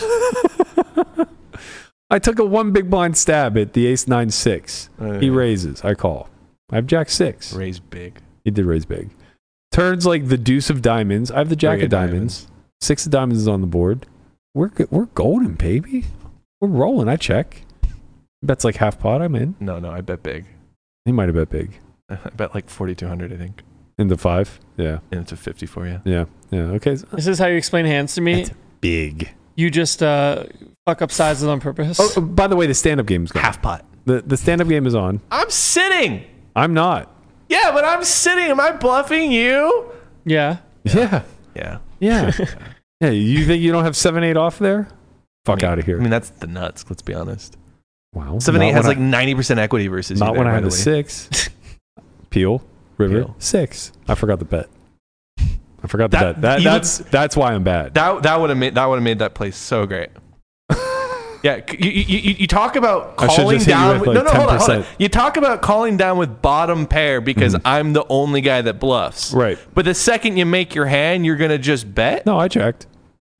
Speaker 3: I took a one big blind stab at the ace nine six.
Speaker 8: Uh,
Speaker 3: he raises. I call. I have jack six.
Speaker 8: Raise big.
Speaker 3: He did raise big. Turns like the deuce of diamonds. I have the jack
Speaker 8: Three
Speaker 3: of diamonds. Six of diamonds is on the board. We're go- we're golden, baby. We're rolling. I check. Bet's like half pot. I'm in.
Speaker 8: No, no, I bet big.
Speaker 3: He might have bet big.
Speaker 8: I bet like forty two hundred, I think,
Speaker 3: Into five. Yeah.
Speaker 8: and it's a fifty for you.
Speaker 3: Yeah. Yeah. Okay. so-
Speaker 4: This is how you explain hands to me.
Speaker 3: That's big.
Speaker 4: You just uh, fuck up sizes on purpose.
Speaker 3: Oh, oh, by the way, the stand-up game's gone.
Speaker 8: pot.
Speaker 3: The the stand-up game is on.
Speaker 8: I'm sitting.
Speaker 3: I'm not.
Speaker 8: Yeah, but I'm sitting. Am I bluffing you?
Speaker 4: Yeah.
Speaker 3: Yeah.
Speaker 8: Yeah.
Speaker 3: Yeah. yeah. You think you don't have seven eight off there? Fuck out of
Speaker 8: I
Speaker 3: here.
Speaker 8: mean, that's the nuts. Let's be honest.
Speaker 3: Wow.
Speaker 8: Seven
Speaker 3: Not
Speaker 8: eight has
Speaker 3: when
Speaker 8: like ninety percent equity
Speaker 3: I,
Speaker 8: versus you
Speaker 3: not
Speaker 8: there,
Speaker 3: when I
Speaker 8: by
Speaker 3: had
Speaker 8: the
Speaker 3: a
Speaker 8: way.
Speaker 3: six. Peel river
Speaker 8: Peel.
Speaker 3: six. I forgot the bet. I forgot
Speaker 8: That-
Speaker 3: the bet. That,
Speaker 8: you-
Speaker 3: that's that's why I'm bad.
Speaker 8: That that would have made that would have made that place so great. yeah, c- you, you, you- you talk about
Speaker 3: I should
Speaker 8: calling
Speaker 3: just hit you
Speaker 8: down.
Speaker 3: with,
Speaker 8: with- no,
Speaker 3: like,
Speaker 8: no, hold on, hold on.
Speaker 3: 10%. Mm-hmm.
Speaker 8: You talk about calling down with bottom pair because I'm the only guy that bluffs.
Speaker 3: Right.
Speaker 8: But the second you make your hand, you're gonna just bet.
Speaker 3: No, I checked.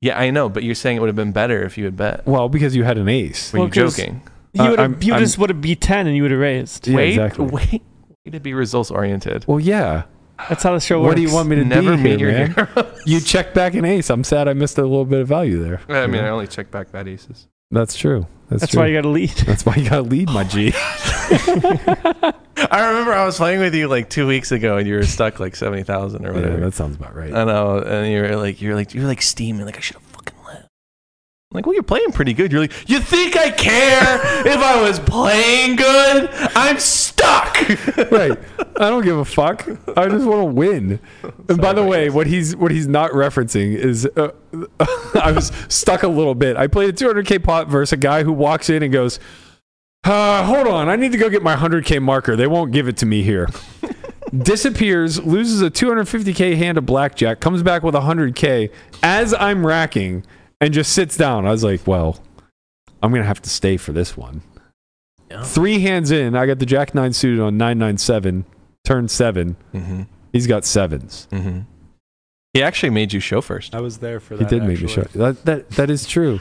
Speaker 8: Yeah, I know, but you're saying it would have been better if you had bet. Were
Speaker 3: Well, because you had an ace.
Speaker 4: Well,
Speaker 8: you
Speaker 4: 'cause-
Speaker 8: joking?
Speaker 4: You
Speaker 3: Uh,
Speaker 4: would
Speaker 3: I'm-
Speaker 4: have. You
Speaker 3: I'm-
Speaker 4: just would have beat ten, and you would have raised.
Speaker 3: Yeah,
Speaker 8: wait,
Speaker 3: exactly.
Speaker 8: wait, wait to be results oriented.
Speaker 3: Well, yeah.
Speaker 4: That's how the show works.
Speaker 3: What do you want me to
Speaker 8: Never
Speaker 3: do
Speaker 8: meet
Speaker 3: here,
Speaker 8: your
Speaker 3: man?
Speaker 8: hero.
Speaker 3: You check back an ace. I'm sad I missed a little bit of value there.
Speaker 8: I mean,
Speaker 3: Yeah.
Speaker 8: I only check back bad aces.
Speaker 3: That's true. That's,
Speaker 4: That's
Speaker 3: true.
Speaker 4: why you got to lead.
Speaker 3: That's why you gotta lead, my G.
Speaker 8: I remember I was playing with you like two weeks ago, and you were stuck like seventy thousand or
Speaker 3: yeah,
Speaker 8: whatever.
Speaker 3: that sounds about right.
Speaker 8: I know, and you were like, you were like, you were like steaming, like I should have fucking left. I'm like, well, you're playing pretty good. You're like, you think I care if I was playing good? I'm stuck.
Speaker 3: right. I don't give a fuck. I just want to win. And by the way, what he's what he's not referencing is uh, I was stuck a little bit. I played a 200k pot versus a guy who walks in and goes, uh, "Hold on, I need to go get my 100k marker. They won't give it to me here." Disappears, loses a 250k hand of blackjack, comes back with 100k as I'm racking, and just sits down. I was like, "Well, I'm gonna have to stay for this one." Three hands in, I got the Jack Nine suited on nine nine seven, turn seven.
Speaker 8: Mm-hmm.
Speaker 3: He's got sevens.
Speaker 8: Mm-hmm. He actually made you show first.
Speaker 9: I was there for
Speaker 3: He
Speaker 9: that.
Speaker 3: did make me
Speaker 9: actually.
Speaker 3: show. That that that is true.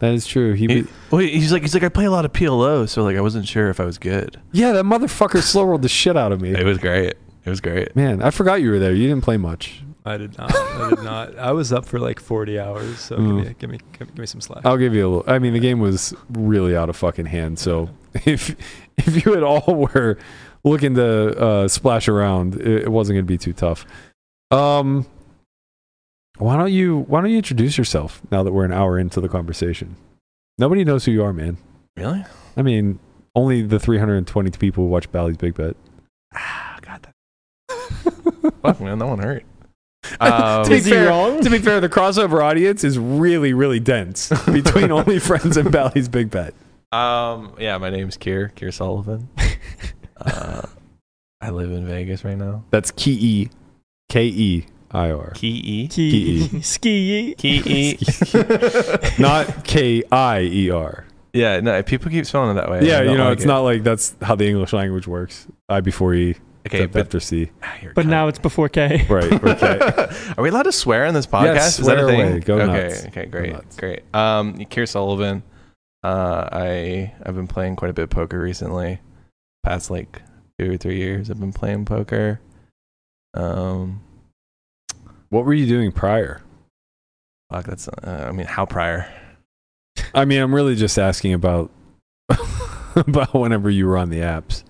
Speaker 3: that is true. He,
Speaker 8: He,
Speaker 3: be-
Speaker 8: well, he's like, he's like, I play a lot of PLO, so like, I wasn't sure if I was good.
Speaker 3: yeah, that motherfucker slow rolled the shit out of me.
Speaker 8: It was great. It was great.
Speaker 3: Man, I forgot you were there. You didn't play much.
Speaker 9: I did not. I did not. I was up for like 40 hours, so
Speaker 3: Mm.
Speaker 9: give, me, give me give me some slack.
Speaker 3: I'll give you a little. I mean, the game was really out of fucking hand. So if if you at all were looking to uh, splash around, it, it wasn't going to be too tough. Um, why don't you why don't you introduce yourself now that we're an hour into the conversation? Nobody knows who you are, man.
Speaker 8: Really?
Speaker 3: I mean, only the 320 people who watch Bally's Big Bet.
Speaker 8: Ah, God, that. Fuck, man, that one hurt. Um,
Speaker 3: to be
Speaker 4: Is he
Speaker 3: fair,
Speaker 4: wrong?
Speaker 3: to be fair, the crossover audience is really, really dense between OnlyFriends and Bally's Big Bet.
Speaker 8: Um, yeah, my name's Kier, Kier Sullivan. uh, I live in Vegas right now.
Speaker 3: That's K E K E I R,
Speaker 8: Key E.
Speaker 4: Ski ski.
Speaker 8: Key E.
Speaker 3: not K I E R.
Speaker 8: yeah, no, people keep spelling it that way.
Speaker 3: Yeah,
Speaker 8: I don't
Speaker 3: you know,
Speaker 8: like
Speaker 3: it's
Speaker 8: it.
Speaker 3: not like that's how the English language works. I before E,
Speaker 8: Okay,
Speaker 3: except
Speaker 8: but,
Speaker 3: after C.
Speaker 8: Ah, you're
Speaker 4: But
Speaker 8: kind-
Speaker 4: now it's before K.
Speaker 3: Right. Okay.
Speaker 8: Are we allowed to swear on this podcast?
Speaker 3: Yes,
Speaker 8: Is that a
Speaker 3: swear
Speaker 8: thing?
Speaker 3: away. Go
Speaker 8: okay,
Speaker 3: nuts.
Speaker 8: okay,
Speaker 3: Go
Speaker 8: great,
Speaker 3: nuts.
Speaker 8: great. Um, Kier Sullivan. Uh, I I've been playing quite a bit of poker recently. Past like two or three years, I've been playing poker. Um,
Speaker 3: what were you doing prior?
Speaker 8: fuck, that's uh, I mean, how prior?
Speaker 3: I mean, I'm really just asking about about whenever you were on the apps.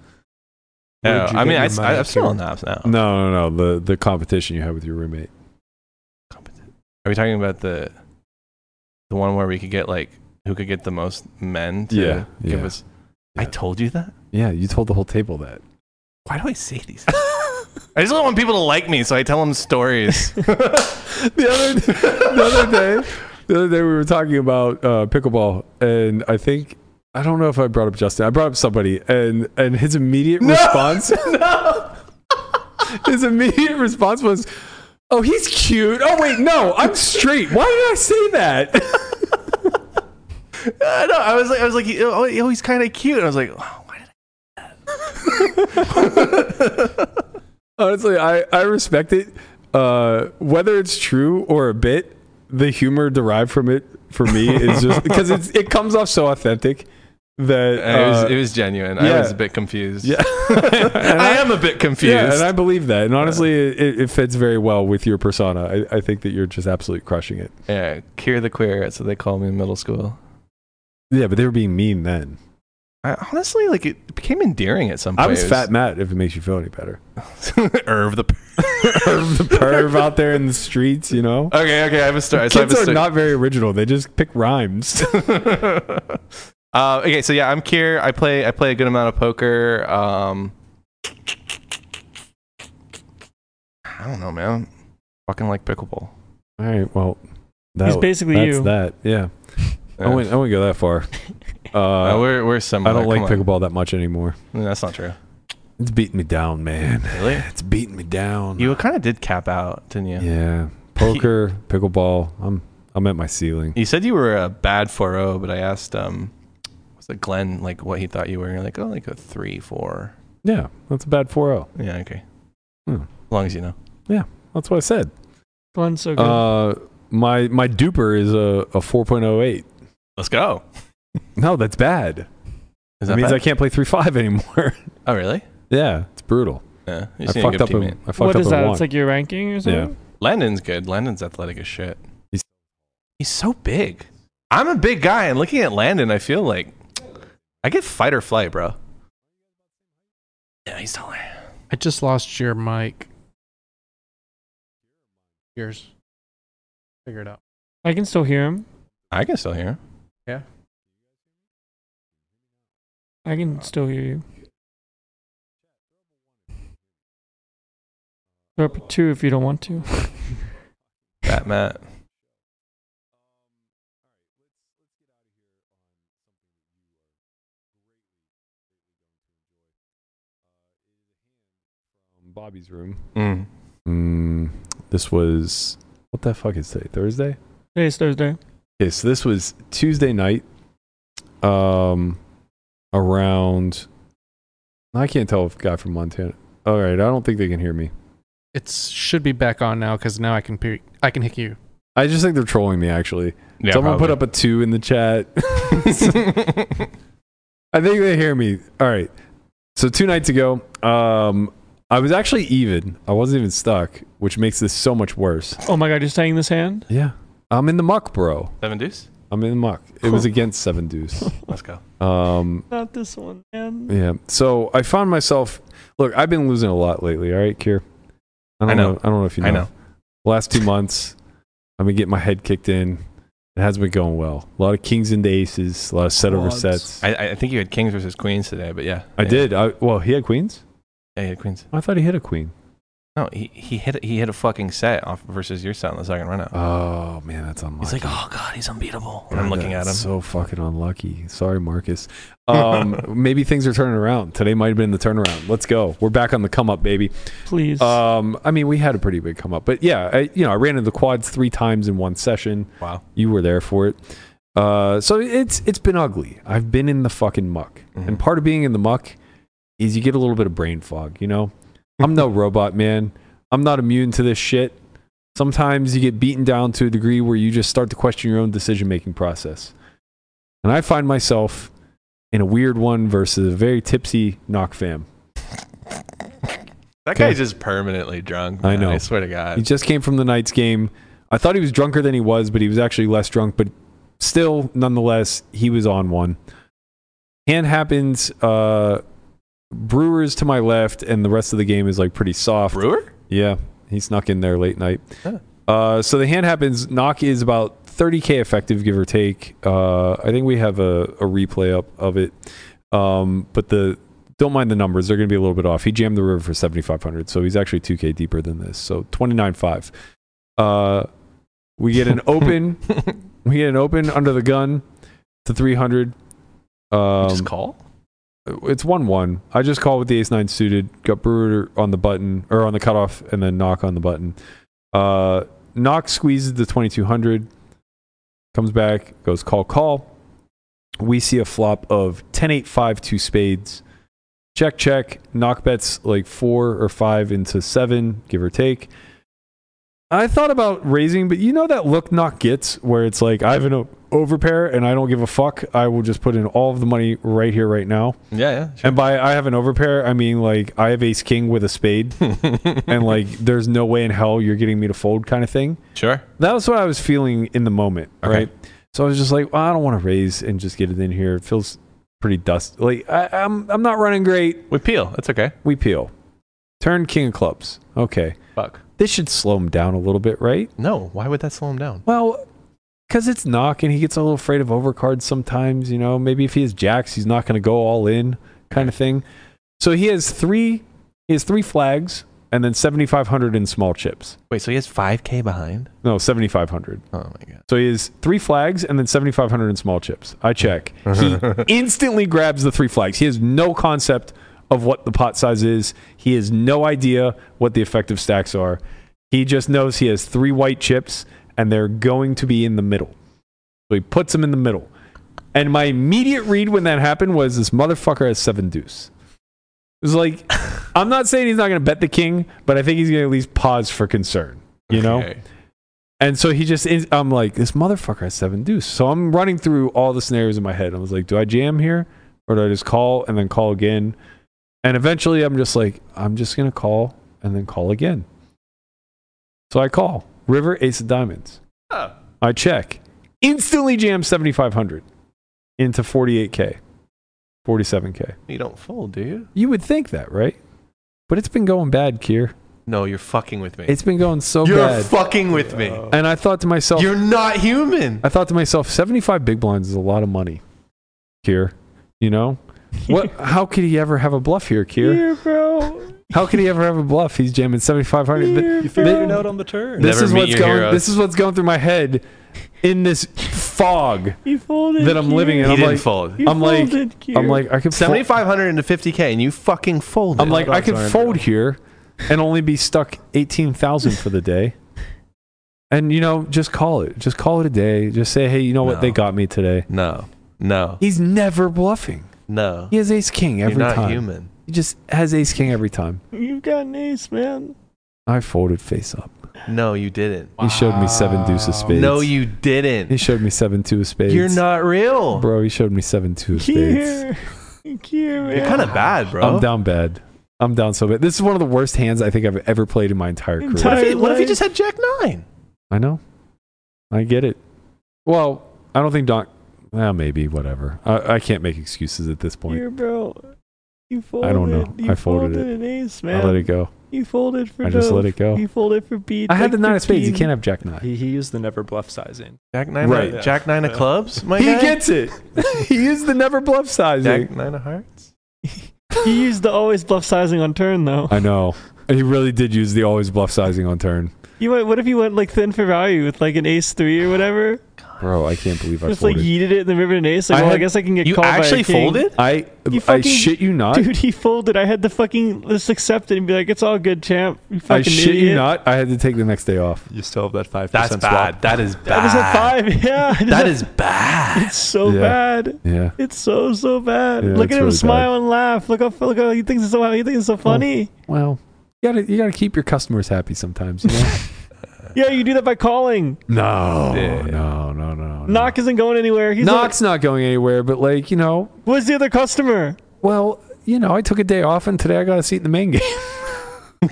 Speaker 8: No,
Speaker 7: Where'd you
Speaker 8: Oh, I
Speaker 7: get
Speaker 8: mean,
Speaker 7: your
Speaker 8: I, I,
Speaker 7: money,
Speaker 8: I'm still
Speaker 7: Kier?
Speaker 8: on the apps now.
Speaker 3: No, no, no. The the competition you had with your roommate.
Speaker 8: Are we talking about the the one where we could get like who could get the most men to
Speaker 3: Yeah,
Speaker 8: give
Speaker 3: yeah,
Speaker 8: us? I
Speaker 3: yeah.
Speaker 8: told you that.
Speaker 3: Yeah, you told the whole table that.
Speaker 8: Why do I say these? things? I just don't want people to like me, so I tell them stories.
Speaker 3: the other the other day, the other day we were talking about uh, pickleball, and I think I don't know if I brought up Justin. I brought up somebody, and and his immediate response, his immediate response was, "Oh, he's cute. Oh wait, no, I'm straight. Why did I say that?"
Speaker 8: Uh, no, I was like, I was like, oh, oh, he's kind of cute. And I was like, oh, why did
Speaker 3: Honestly, I I respect it, uh, whether it's true or a bit. The humor derived from it for me is just because it's it comes off so authentic that
Speaker 8: I? it, was,
Speaker 3: uh,
Speaker 8: it was genuine. I
Speaker 3: yeah.
Speaker 8: was a bit confused.
Speaker 3: Yeah.
Speaker 8: I,
Speaker 3: And I-
Speaker 8: am a bit confused.
Speaker 3: Yeah, and I believe that. And honestly, it, it fits very well with your persona. I, I think that you're just absolutely crushing it.
Speaker 8: yeah, Cure the Queer. That's what they called me in middle school.
Speaker 3: Yeah, but they were being mean then.
Speaker 8: I, honestly, like it became endearing at some point.
Speaker 3: I was
Speaker 8: It
Speaker 3: Fat Matt, if it makes you feel any better.
Speaker 8: Irv the. Irv
Speaker 3: The perv out there in the streets, you know?
Speaker 8: Okay, okay, I have a story. so I have
Speaker 3: Kids
Speaker 8: a
Speaker 3: are
Speaker 8: story.
Speaker 3: not very original. They just pick rhymes.
Speaker 8: uh, okay, so yeah, I'm Kier. I play I play a good amount of poker. Um, I don't know, man. Fucking like pickleball.
Speaker 3: All right, well, that,
Speaker 4: He's basically
Speaker 3: that's
Speaker 4: you.
Speaker 3: that. Yeah. I,
Speaker 8: Yeah.
Speaker 3: wouldn't, I wouldn't go that far.
Speaker 8: Uh,
Speaker 3: Oh, Uh,
Speaker 8: we're we're
Speaker 3: I
Speaker 8: similar.
Speaker 3: don't like
Speaker 8: come on.
Speaker 3: pickleball that much anymore.
Speaker 8: No, that's not true.
Speaker 3: It's beating me down, man.
Speaker 8: Really?
Speaker 3: It's beating me down.
Speaker 8: You kind of did cap out, didn't you?
Speaker 3: yeah. Poker, pickleball. I'm I'm at my ceiling.
Speaker 8: You said you were a bad 4-0, but I asked um, was it Glenn like what he thought you were? And you're like, oh, like a three four.
Speaker 3: Yeah, that's a bad oh. 4 0.
Speaker 8: Yeah, okay.
Speaker 3: Hmm.
Speaker 8: As long as you know.
Speaker 3: That's what I said.
Speaker 4: One's so good.
Speaker 3: Uh, my my duper is a, a 4.08.
Speaker 8: Let's go.
Speaker 3: No, that's bad.
Speaker 8: Is
Speaker 3: That
Speaker 8: that
Speaker 3: means
Speaker 8: bad?
Speaker 3: I can't play 3.5 anymore.
Speaker 8: Oh, really?
Speaker 3: yeah, it's brutal.
Speaker 8: Yeah. You
Speaker 3: I
Speaker 8: just need a
Speaker 3: fucked,
Speaker 8: good
Speaker 3: up a,
Speaker 8: teammate.
Speaker 3: I fucked
Speaker 4: what
Speaker 3: up
Speaker 4: is
Speaker 3: a
Speaker 4: that?
Speaker 3: one.
Speaker 4: It's like your ranking or something.
Speaker 8: Landon's good. Landon's athletic as shit.
Speaker 3: He's-
Speaker 8: he's so big. I'm a big guy, and looking at Landon, I feel like I get fight or flight, bro. Yeah, he's taller.
Speaker 7: I just lost your mic. Yours. Figure it out.
Speaker 4: I can still hear him.
Speaker 8: I can still hear him.
Speaker 4: I can
Speaker 3: Oh.
Speaker 4: still hear you. Throw up a two if you don't want to.
Speaker 8: Fat Matt.
Speaker 3: Bobby's room.
Speaker 8: Mm.
Speaker 3: Mm, this was what the fuck is today? Thursday.
Speaker 4: Today's Thursday.
Speaker 3: Okay, so this was Tuesday night. Um, around. I can't tell if guy from Montana. All right, I don't think they can hear me.
Speaker 7: It should be back on now because now I can pe- I can hit you.
Speaker 3: I just think they're trolling me. Actually,
Speaker 8: Yeah,
Speaker 3: someone put up a two in the chat.
Speaker 8: up.
Speaker 3: I think they hear me. All right. So two nights ago, um, I was actually even. I wasn't even stuck, which makes this so much worse.
Speaker 4: Oh my god, you're saying this hand?
Speaker 3: Yeah. I'm in the muck, bro.
Speaker 8: Seven deuce.
Speaker 3: I'm in the muck. It was against Seven Deuce.
Speaker 8: Let's go.
Speaker 3: Um,
Speaker 4: Not this one, man.
Speaker 3: yeah. So I found myself. Look, I've been losing a lot lately. All right, Kier. I don't
Speaker 8: I know.
Speaker 3: I don't know if you know.
Speaker 8: I know.
Speaker 3: Last two months, I've been getting my head kicked in. It hasn't been going well. A lot of kings into aces. A lot of set over
Speaker 7: Quads.
Speaker 3: sets. I,
Speaker 8: I, I think you had kings versus queens today, but yeah. Yeah.
Speaker 3: did. I, well, he had queens.
Speaker 8: Yeah, you had queens.
Speaker 3: I thought he hit a queen.
Speaker 8: No, he, he hit he hit a fucking set off versus your set on the second run out.
Speaker 3: Oh man, that's unlucky.
Speaker 8: He's like, oh god, he's unbeatable. And I'm looking at
Speaker 3: That's
Speaker 8: him.
Speaker 3: So fucking unlucky. Sorry, Marcus. Um, maybe things are turning around. Today might have been the turnaround. Let's go. We're back on the come up, baby.
Speaker 4: Please.
Speaker 3: Um, I mean, we had a pretty big come up, but yeah, I, you know, I ran into the quads three times in one session.
Speaker 8: wow.
Speaker 3: You were there for it. Uh, so it's it's been ugly. I've been in the fucking muck, and part of being in the muck is you get a little bit of brain fog. You know, I'm no robot, man. I'm not immune to this shit. Sometimes you get beaten down to a degree where you just start to question your own decision making process. And I find myself in a weird one versus a very tipsy knock fam.
Speaker 8: That guy's just permanently drunk.
Speaker 3: I
Speaker 8: man.
Speaker 3: know.
Speaker 8: I swear to
Speaker 3: He
Speaker 8: God.
Speaker 3: just came from the night's game. I thought he was drunker than he was, but he was actually less drunk. But still, nonetheless, he was on one. Hand happens. Uh, Brewers to my left, and the rest of the game is like pretty soft.
Speaker 8: Brewer?
Speaker 3: Yeah, he snuck in there late night.
Speaker 8: Huh.
Speaker 3: Uh, so the hand happens. Knock is about 30k effective, give or take. Uh, I think we have a, a replay up of it, um, but the don't mind the numbers; they're going to be a little bit off. He jammed the river for 7500, so he's actually 2k deeper than this. So 29.5. Uh, we get an open. we get an open under the gun to 300. Um,
Speaker 8: You just call?
Speaker 3: it's one one. I just called with the ace nine suited, got Brewer on the button or on the cutoff, and then knock on the button. Uh, knock squeezes the twenty two hundred, comes back, goes call call. We see a flop of 10 8 5 2 spades. Check check. Knock bets like four or five into seven, give or take. I thought about raising, but you know that look knock gets where it's like I have an o- overpair and I don't give a fuck. I will just put in all of the money right here, right now.
Speaker 8: Yeah, yeah.
Speaker 3: And by I have an overpair, I mean like I have ace king with a spade, and like there's no way in hell you're getting me to fold kind of thing.
Speaker 8: Sure.
Speaker 3: That was what I was feeling in the moment,
Speaker 8: Okay.
Speaker 3: right? So I was just like, well, I don't want to raise and just get it in here. It feels pretty dust. Like I, I'm I'm not running great.
Speaker 8: We peel. That's okay.
Speaker 3: We peel, turn king of clubs. Okay,
Speaker 8: Fuck.
Speaker 3: this should slow him down a little bit, right?
Speaker 8: No. Why would that slow him down?
Speaker 3: Well, because it's knock, and he gets a little afraid of overcards sometimes. You know, maybe if he has jacks, he's not going to go all in, kind of thing. So he has three. He has three flags, and then seventy five hundred in small chips.
Speaker 8: Wait, so he has 5K behind?
Speaker 3: No, seventy five hundred.
Speaker 8: Oh my God.
Speaker 3: So he has three flags and then 7,500 in small chips. I check. He instantly grabs the three flags. He has no concept of what the pot size is. He has no idea what the effective stacks are. He just knows he has three white chips and they're going to be in the middle. So he puts them in the middle. And my immediate read when that happened was this motherfucker has seven deuce. It was like, I'm not saying he's not going to bet the king, but I think he's going to at least pause for concern. You know?
Speaker 8: Okay.
Speaker 3: And so he just, is, I'm like, this motherfucker has seven deuce. So I'm running through all the scenarios in my head. I was like, do I jam here or do I just call and then call again? And eventually I'm just like, I'm just going to call and then call again. So I call River Ace of Diamonds.
Speaker 8: Oh.
Speaker 3: I check. Instantly jam 7,500 into 48K, 47K.
Speaker 8: You don't fold, do you?
Speaker 3: You would think that, right? But it's been going bad, Kier.
Speaker 8: No, you're fucking with me.
Speaker 3: It's been going so
Speaker 8: you're
Speaker 3: bad.
Speaker 8: fucking with me.
Speaker 3: and I thought to myself,
Speaker 8: You're not human.
Speaker 3: I thought to myself, 75 big blinds is a lot of money here. You know? What how could he ever have a bluff here, Kier?
Speaker 4: Here, bro.
Speaker 3: How could he ever have a bluff? He's jamming 7500. Th-
Speaker 4: Here,
Speaker 9: You
Speaker 3: th-
Speaker 9: figured it out on the turn.
Speaker 3: This
Speaker 8: Never
Speaker 3: is
Speaker 8: meet
Speaker 3: what's
Speaker 8: your
Speaker 3: going
Speaker 8: heroes.
Speaker 3: this is what's going through my head in this fog
Speaker 4: He folded.
Speaker 3: that I'm
Speaker 4: Kier.
Speaker 3: living in.
Speaker 8: he
Speaker 3: I'm
Speaker 8: didn't
Speaker 3: like
Speaker 8: fold.
Speaker 4: He
Speaker 3: I'm like
Speaker 4: folded, Kier.
Speaker 3: I'm like I could fo-
Speaker 8: 7,500 into 50K, and you fucking fold.
Speaker 3: I'm like I
Speaker 9: Bucks
Speaker 3: could
Speaker 9: aren't
Speaker 3: fold
Speaker 9: real.
Speaker 3: here and only be stuck 18,000 for the day. And you know, just call it. Just call it a day. Just say, "Hey, you know what?
Speaker 8: No.
Speaker 3: They got me today."
Speaker 8: no, no,
Speaker 3: He's never bluffing.
Speaker 8: no.
Speaker 3: He has ace king every
Speaker 8: you're not
Speaker 3: time.
Speaker 8: human.
Speaker 3: He just has ace king every time.
Speaker 4: You've got an ace, man.
Speaker 3: I folded face up.
Speaker 8: No, you didn't.
Speaker 3: He showed me seven deuce of spades.
Speaker 8: No, you
Speaker 3: He
Speaker 8: didn't.
Speaker 3: showed me seven two of spades.
Speaker 8: You're not real.
Speaker 3: Bro, he showed me seven two of spades.
Speaker 4: Kier. Kier, man.
Speaker 8: You're kind of bad, bro.
Speaker 3: I'm down bad. I'm down so bad. This is one of the worst hands I think I've ever played in my entire career.
Speaker 8: What if,
Speaker 4: Entire-
Speaker 8: he, what if he just had Jack Nine?
Speaker 3: I know. I get it. Well, I don't think Don. Well, maybe whatever. I, I can't make excuses at this point.
Speaker 4: Here, bro. You folded.
Speaker 3: I don't know.
Speaker 4: You
Speaker 3: I folded it.
Speaker 4: an ace, man.
Speaker 3: I let it go.
Speaker 4: You folded for
Speaker 3: I just
Speaker 4: dove.
Speaker 3: let it go.
Speaker 4: You folded for beat.
Speaker 3: I had
Speaker 4: like
Speaker 3: the nine of spades. You
Speaker 4: 15.
Speaker 3: can't have jack nine.
Speaker 9: He, he used the never bluff sizing.
Speaker 8: Jack Nine,
Speaker 3: Right.
Speaker 8: of, Jack Nine of
Speaker 9: Yeah.
Speaker 8: clubs. My
Speaker 3: He
Speaker 8: guy?
Speaker 3: gets it. he is the never bluff sizing.
Speaker 8: Jack Nine of hearts.
Speaker 4: He used the always bluff sizing on turn, though.
Speaker 3: I know. He really did use the always bluff sizing on turn.
Speaker 4: You went, what if you went like thin for value with like an ace three or whatever?
Speaker 3: Bro, I can't believe I
Speaker 4: Just like
Speaker 3: folded.
Speaker 4: yeeted it in the river and ace. Like,
Speaker 3: I
Speaker 4: well, I
Speaker 3: had-
Speaker 4: guess I can get
Speaker 8: You
Speaker 4: called by a
Speaker 8: actually
Speaker 4: king.
Speaker 8: folded?
Speaker 3: I I
Speaker 4: You fucking-
Speaker 3: shit you not.
Speaker 4: Dude, he folded. I had to fucking just accept it and be like, "It's all good, champ." You fucking
Speaker 3: I shit
Speaker 4: idiot.
Speaker 3: you not. I had to take the next day off.
Speaker 9: You still have that five
Speaker 8: That's
Speaker 9: percent
Speaker 8: bad.
Speaker 9: swap.
Speaker 8: That is bad.
Speaker 4: I was at five. Yeah, I just
Speaker 8: That
Speaker 4: had-
Speaker 8: is bad.
Speaker 4: it's so
Speaker 3: Ah. Yeah.
Speaker 4: bad.
Speaker 3: Yeah.
Speaker 4: It's so so bad.
Speaker 3: Yeah,
Speaker 4: look
Speaker 3: it's
Speaker 4: at him
Speaker 3: really Oh.
Speaker 4: smile and laugh. Look how look how he thinks it's so he thinks it's so funny.
Speaker 3: Well, you gotta you gotta keep your customers happy sometimes. You know?
Speaker 4: Yeah, you do that by calling.
Speaker 3: no, no, no, no, no.
Speaker 4: Knock isn't going anywhere. He's
Speaker 3: Knock's not going anywhere, but like you know,
Speaker 4: like, what's the other customer?
Speaker 3: well, you know, I took a day off, and today I got a seat in the main game.
Speaker 8: I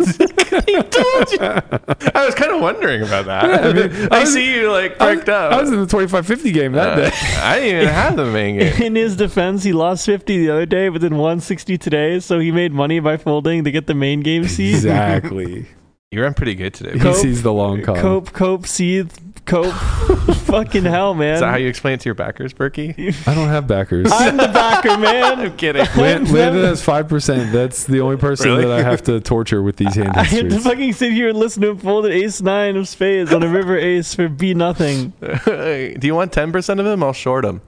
Speaker 8: was kind of wondering about that. I,
Speaker 3: I mean, I was-
Speaker 8: see you like
Speaker 3: I, was-
Speaker 8: perked up.
Speaker 3: I was in the twenty five fifty game that
Speaker 8: Uh,
Speaker 3: day.
Speaker 8: I didn't even have the main game.
Speaker 4: In his defense, he lost fifty the other day, but then won sixty today, so he made money by folding to get the main game seat.
Speaker 3: Exactly.
Speaker 8: You ran pretty good today.
Speaker 3: he
Speaker 8: bro.
Speaker 4: Cope-
Speaker 3: sees the long con.
Speaker 4: Cope, cope, seethe, cope. fucking hell, man.
Speaker 8: Is that how you explain it to your backers, Berkey?
Speaker 3: I don't have backers.
Speaker 4: I'm the backer, man.
Speaker 8: I'm kidding.
Speaker 3: Lan-
Speaker 4: I'm
Speaker 3: Landon
Speaker 4: the-
Speaker 3: has five percent. That's the only person
Speaker 8: Really?
Speaker 3: that I have to torture with these hand
Speaker 4: I had to
Speaker 3: gestures.
Speaker 4: fucking sit here and listen to him fold an ace nine of spades on a river ace for B nothing.
Speaker 8: Do you want ten percent of them? I'll short them.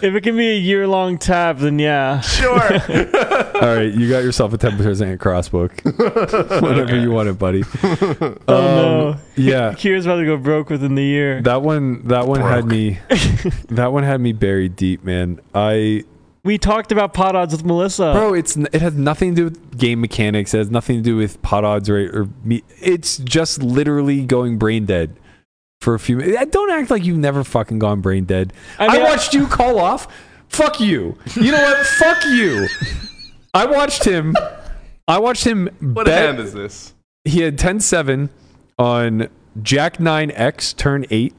Speaker 4: If it can be a year long tab, then yeah.
Speaker 8: Sure.
Speaker 3: All right, you got yourself a ten percent crossbook. Whatever you want it, buddy. Um,
Speaker 4: Oh no.
Speaker 3: Yeah.
Speaker 4: Kira's about to go broke within the year.
Speaker 3: That one that one had me that one had me buried deep, man. I
Speaker 4: We talked about pot odds with Melissa.
Speaker 3: bro, it's n- it has nothing to do with game mechanics. It has nothing to do with pot odds or, or me. It's just literally going brain dead for a few. minutes. Don't act like you've never fucking gone brain dead. I,
Speaker 4: I mean, I-
Speaker 3: watched you call off. Fuck you. You know what? Fuck you. I watched him. I watched him.
Speaker 8: what
Speaker 3: bet-
Speaker 8: hand is this?
Speaker 3: he had 10 7 on Jack 9X turn 8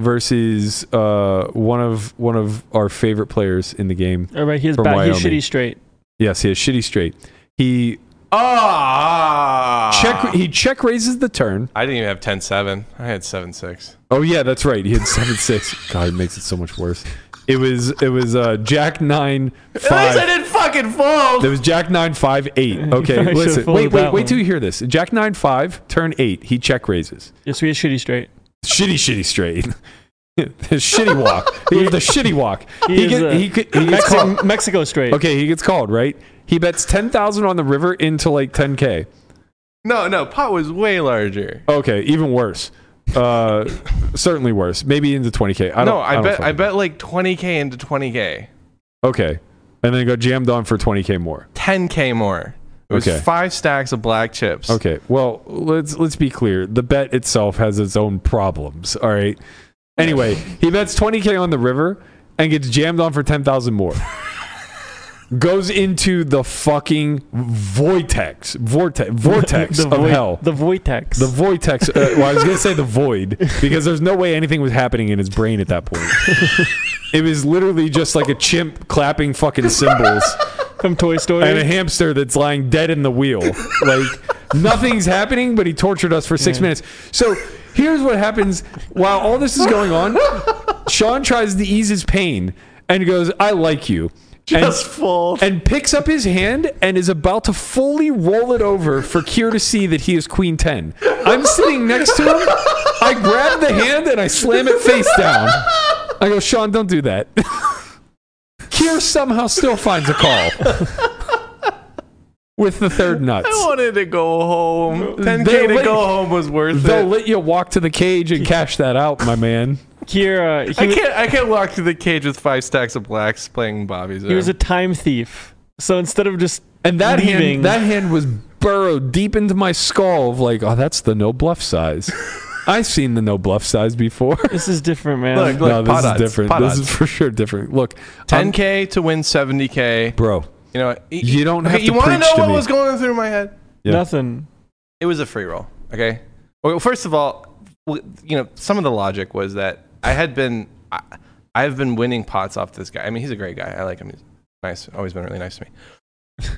Speaker 3: versus uh, one of one of our favorite players in the game.
Speaker 4: All right, he's
Speaker 3: From
Speaker 4: back. He's
Speaker 3: Wyoming.
Speaker 4: shitty straight.
Speaker 3: Yes, he has shitty straight. He
Speaker 8: Ah.
Speaker 3: check he check raises the turn.
Speaker 8: I didn't even have 10-7. I had seven six.
Speaker 3: Oh yeah, that's right. He had 7 6. God, it makes it so much worse. It was it was uh, Jack 9 5.
Speaker 8: didn't fucking fold.
Speaker 3: There was Jack nine five eight. Okay,
Speaker 4: probably
Speaker 3: listen. Wait,
Speaker 4: should've folded
Speaker 3: wait,
Speaker 4: that
Speaker 3: wait
Speaker 4: one.
Speaker 3: till you hear this. Jack nine five, turn eight. He check raises.
Speaker 4: Yes, we had shitty straight.
Speaker 3: shitty, shitty straight. His shitty walk. He did the shitty walk. He,
Speaker 4: is
Speaker 3: get-
Speaker 4: a-
Speaker 3: he, get- he gets
Speaker 4: Mexico,
Speaker 3: called.
Speaker 4: Mexico straight.
Speaker 3: Okay, he gets called, right? He bets 10,000 on the river into like 10K.
Speaker 8: No, no, pot was way larger.
Speaker 3: Okay, even worse. Uh, certainly worse. Maybe into 20K. I don't
Speaker 8: no, I,
Speaker 3: don't
Speaker 8: bet I
Speaker 3: fucking-
Speaker 8: bet like 20k into 20k,
Speaker 3: Okay. And then go jammed on for 20K more.
Speaker 8: 10k more. It was
Speaker 3: Okay.
Speaker 8: five stacks of black chips.
Speaker 3: Okay. Well, let's let's be clear. The bet itself has its own problems, all right? Anyway, he bets 20k on the river and gets jammed on for 10,000 more. Goes into the fucking vortex, vortex, vortex
Speaker 4: the
Speaker 3: of
Speaker 4: voi-
Speaker 3: hell.
Speaker 4: The Voitex.
Speaker 3: The vortex. Uh, well, I was gonna say the void because there's no way anything was happening in his brain at that point. it was literally just like a chimp clapping fucking cymbals
Speaker 4: from Toy Story.
Speaker 3: and a hamster that's lying dead in the wheel. Like nothing's happening, but he tortured us for six minutes. So here's what happens while all this is going on. Sean tries to ease his pain and goes, "I like you." Just and, fold. And picks up his hand and is about to fully roll it over for Kier to see that he is Queen 10. I'm sitting next to him. I grab the hand and I slam it face down. I go, Sean, don't do that. Kier somehow still finds a call with the third nuts.
Speaker 8: I wanted to go home. 10k
Speaker 3: They-
Speaker 8: to
Speaker 3: wait.
Speaker 8: go home was worth
Speaker 3: They'll
Speaker 8: it.
Speaker 3: let you walk to the cage and cash that out, my man.
Speaker 4: Kira, uh, he,
Speaker 8: I
Speaker 4: was-
Speaker 8: can't. I can't walk through the cage with five stacks of blacks playing Bobby's.
Speaker 4: he was a time thief. So instead of just
Speaker 3: And that
Speaker 4: Leaving.
Speaker 3: hand, that hand was burrowed deep into my skull of like, oh, that's the no bluff size. I've seen the no bluff size before.
Speaker 4: this is different, man.
Speaker 8: Look,
Speaker 3: no, this
Speaker 8: pot
Speaker 3: is
Speaker 8: odds,
Speaker 3: different.
Speaker 8: pot
Speaker 3: this
Speaker 8: odds.
Speaker 3: is for sure different. Look, I'm-
Speaker 8: 10k to win 70k.
Speaker 3: bro.
Speaker 8: You know, y-
Speaker 3: You don't have
Speaker 8: okay,
Speaker 3: to
Speaker 8: You wanna
Speaker 3: preach
Speaker 8: know
Speaker 3: to
Speaker 8: what
Speaker 3: me.
Speaker 8: was going through my head?
Speaker 3: Yeah.
Speaker 4: Nothing.
Speaker 8: it was a free roll. Okay. Well, first of all, w- you know, some of the logic was that I had been, I, I've been winning pots off this guy. I mean, he's a great guy. I like him. He's nice. Always been really nice to me.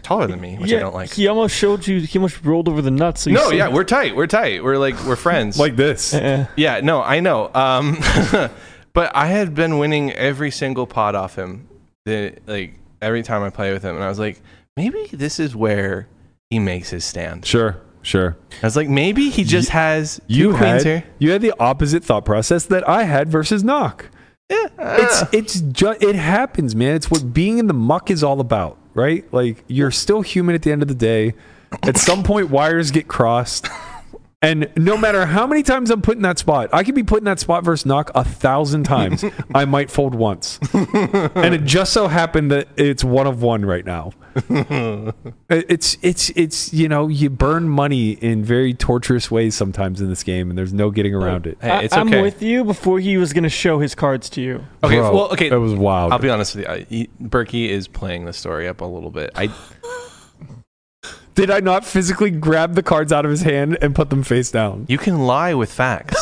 Speaker 8: Taller than me, which I don't like.
Speaker 4: He almost showed you. He almost rolled over the nuts. So you
Speaker 8: No,
Speaker 4: said-
Speaker 8: yeah, we're tight. We're tight. We're like we're friends.
Speaker 3: Like this.
Speaker 4: Eh.
Speaker 8: yeah, no, I know. Um, but I had been winning every single pot off him. The like every time I play with him, and I was like, maybe this is where he makes his stand.
Speaker 3: Sure, sure.
Speaker 8: I was like, maybe he just has two
Speaker 3: You
Speaker 8: queens
Speaker 3: had
Speaker 8: here.
Speaker 3: you had the opposite thought process that I had versus knock. It's it's ju- it happens, man. It's what being in the muck is all about, right? Like you're still human at the end of the day. At some point, wires get crossed, and no matter how many times I'm put in that spot, I could be put in that spot versus knock a thousand times. I might fold once, and it just so happened that it's one of one right now. It- It's it's it's you know you burn money in very torturous ways sometimes in this game, and there's no getting around it.
Speaker 8: Hey, it's
Speaker 4: I, am
Speaker 8: okay.
Speaker 4: with you before he was going to show his cards to you.
Speaker 8: Okay,
Speaker 3: Bro,
Speaker 8: well, okay.
Speaker 3: that was wild.
Speaker 8: I'll be honest with you. I, he, Berkey is playing the story up a little bit. I
Speaker 3: Did I not physically grab the cards out of his hand and put them face down?
Speaker 8: you can lie with facts.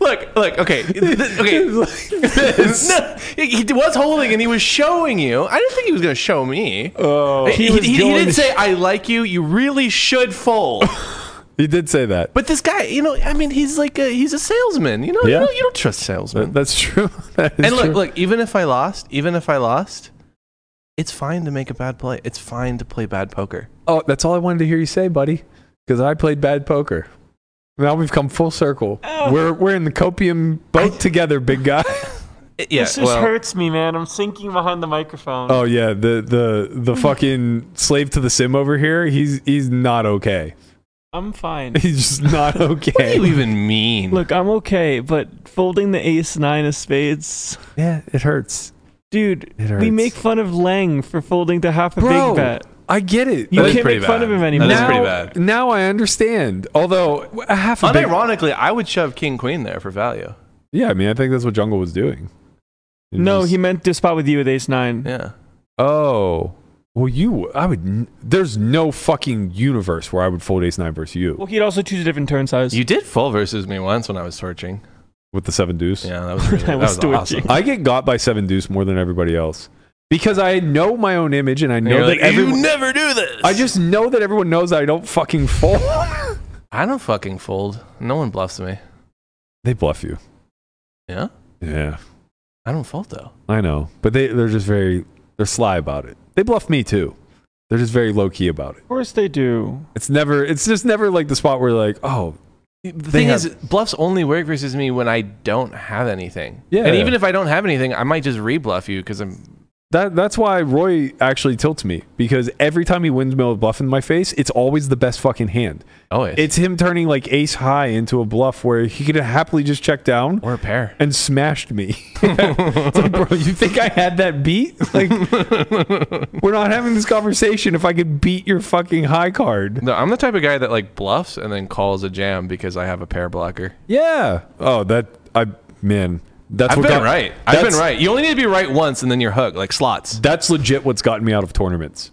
Speaker 8: look, look. Okay, th- th- okay. no, he, he was holding and he was showing you. I didn't think he was going to show me.
Speaker 3: Oh,
Speaker 8: he, he- he didn't say, "I like you. You really should fold."
Speaker 3: He did say that.
Speaker 8: But this guy, you know, I mean, he's like a, he's a salesman. You know, you
Speaker 3: Yeah.
Speaker 8: don't, you don't trust salesmen.
Speaker 3: That's true. That is
Speaker 8: and look,
Speaker 3: true.
Speaker 8: look, even if I lost, even if I lost, it's fine to make a bad play. It's fine to play bad poker.
Speaker 3: Oh, that's all I wanted to hear you say, buddy. Because I played bad poker. Now we've come full circle. We're we're in the copium boat together, big guy.
Speaker 8: I- yeah,
Speaker 4: this just
Speaker 8: well,
Speaker 4: hurts me, man. I'm sinking behind the microphone.
Speaker 3: Oh yeah, the the the
Speaker 8: Hmm.
Speaker 3: fucking slave to the sim over here. He's he's not okay.
Speaker 4: I'm fine.
Speaker 3: He's just not
Speaker 8: what do you
Speaker 3: okay.
Speaker 8: even mean?
Speaker 4: Look, I'm okay, but folding the ace nine of spades,
Speaker 3: yeah, it hurts,
Speaker 4: dude.
Speaker 3: It
Speaker 4: We
Speaker 3: hurts.
Speaker 4: make fun of Lang for folding to half a
Speaker 3: bro.
Speaker 4: big bet.
Speaker 3: I get it.
Speaker 4: You
Speaker 8: is
Speaker 4: can't
Speaker 8: pretty
Speaker 4: make fun
Speaker 8: bad.
Speaker 4: of him
Speaker 8: That
Speaker 4: anymore.
Speaker 8: is
Speaker 3: now,
Speaker 8: pretty bad.
Speaker 3: Now I understand. Although a half a big
Speaker 8: Unironically, I would shove king queen there for value.
Speaker 3: Yeah, I mean, I think that's what Jungle was doing. It
Speaker 4: No,
Speaker 3: was-
Speaker 4: he meant to spot with you with ace nine.
Speaker 8: Yeah.
Speaker 3: Oh, well, you. I would. n- There's no fucking universe where I would fold ace nine versus you
Speaker 4: Well, he'd also choose a different turn size.
Speaker 8: You did full versus me once when I was torching.
Speaker 3: with the seven deuce.
Speaker 8: Yeah, that was really,
Speaker 4: I
Speaker 8: that
Speaker 4: was
Speaker 8: was, awesome.
Speaker 4: torching.
Speaker 3: I get got by seven deuce more than everybody else because I know my own image and I
Speaker 8: And
Speaker 3: know
Speaker 8: you're
Speaker 3: that
Speaker 8: like,
Speaker 3: everyone.
Speaker 8: you never do this.
Speaker 3: I just know that everyone knows I don't fucking fold.
Speaker 8: I don't fucking fold. No one bluffs me.
Speaker 3: they bluff you.
Speaker 8: Yeah,
Speaker 3: Yeah,
Speaker 8: I don't fold though.
Speaker 3: I know, but they they're just very they're sly about it. They bluff me too. They're just very low key about it.
Speaker 4: of course they do.
Speaker 3: It's never. It's just never like the spot where like, oh,
Speaker 8: The
Speaker 3: They
Speaker 8: thing
Speaker 3: have-
Speaker 8: is, bluffs only work versus me when I don't have anything.
Speaker 3: Yeah.
Speaker 8: and even if I don't have anything, I might just rebluff you because I'm
Speaker 3: That that's why Roy actually tilts me because every time he windmill a bluff in my face, it's always the best fucking hand.
Speaker 8: always
Speaker 3: It's him turning like ace high into a bluff where he could have happily just checked down
Speaker 8: or a pair.
Speaker 3: and smashed me. it's like, bro, you think I had that beat? Like, we're not having this conversation if I could beat your fucking high card.
Speaker 8: No, I'm the type of guy that like bluffs and then calls a jam because I have a pair blocker.
Speaker 3: Yeah. Oh, that I man, that's
Speaker 8: I've
Speaker 3: what
Speaker 8: been
Speaker 3: got,
Speaker 8: right. I've been
Speaker 3: that's-
Speaker 8: right. You only need to be right once, and then you're hooked, like slots.
Speaker 3: That's legit what's gotten me out of tournaments.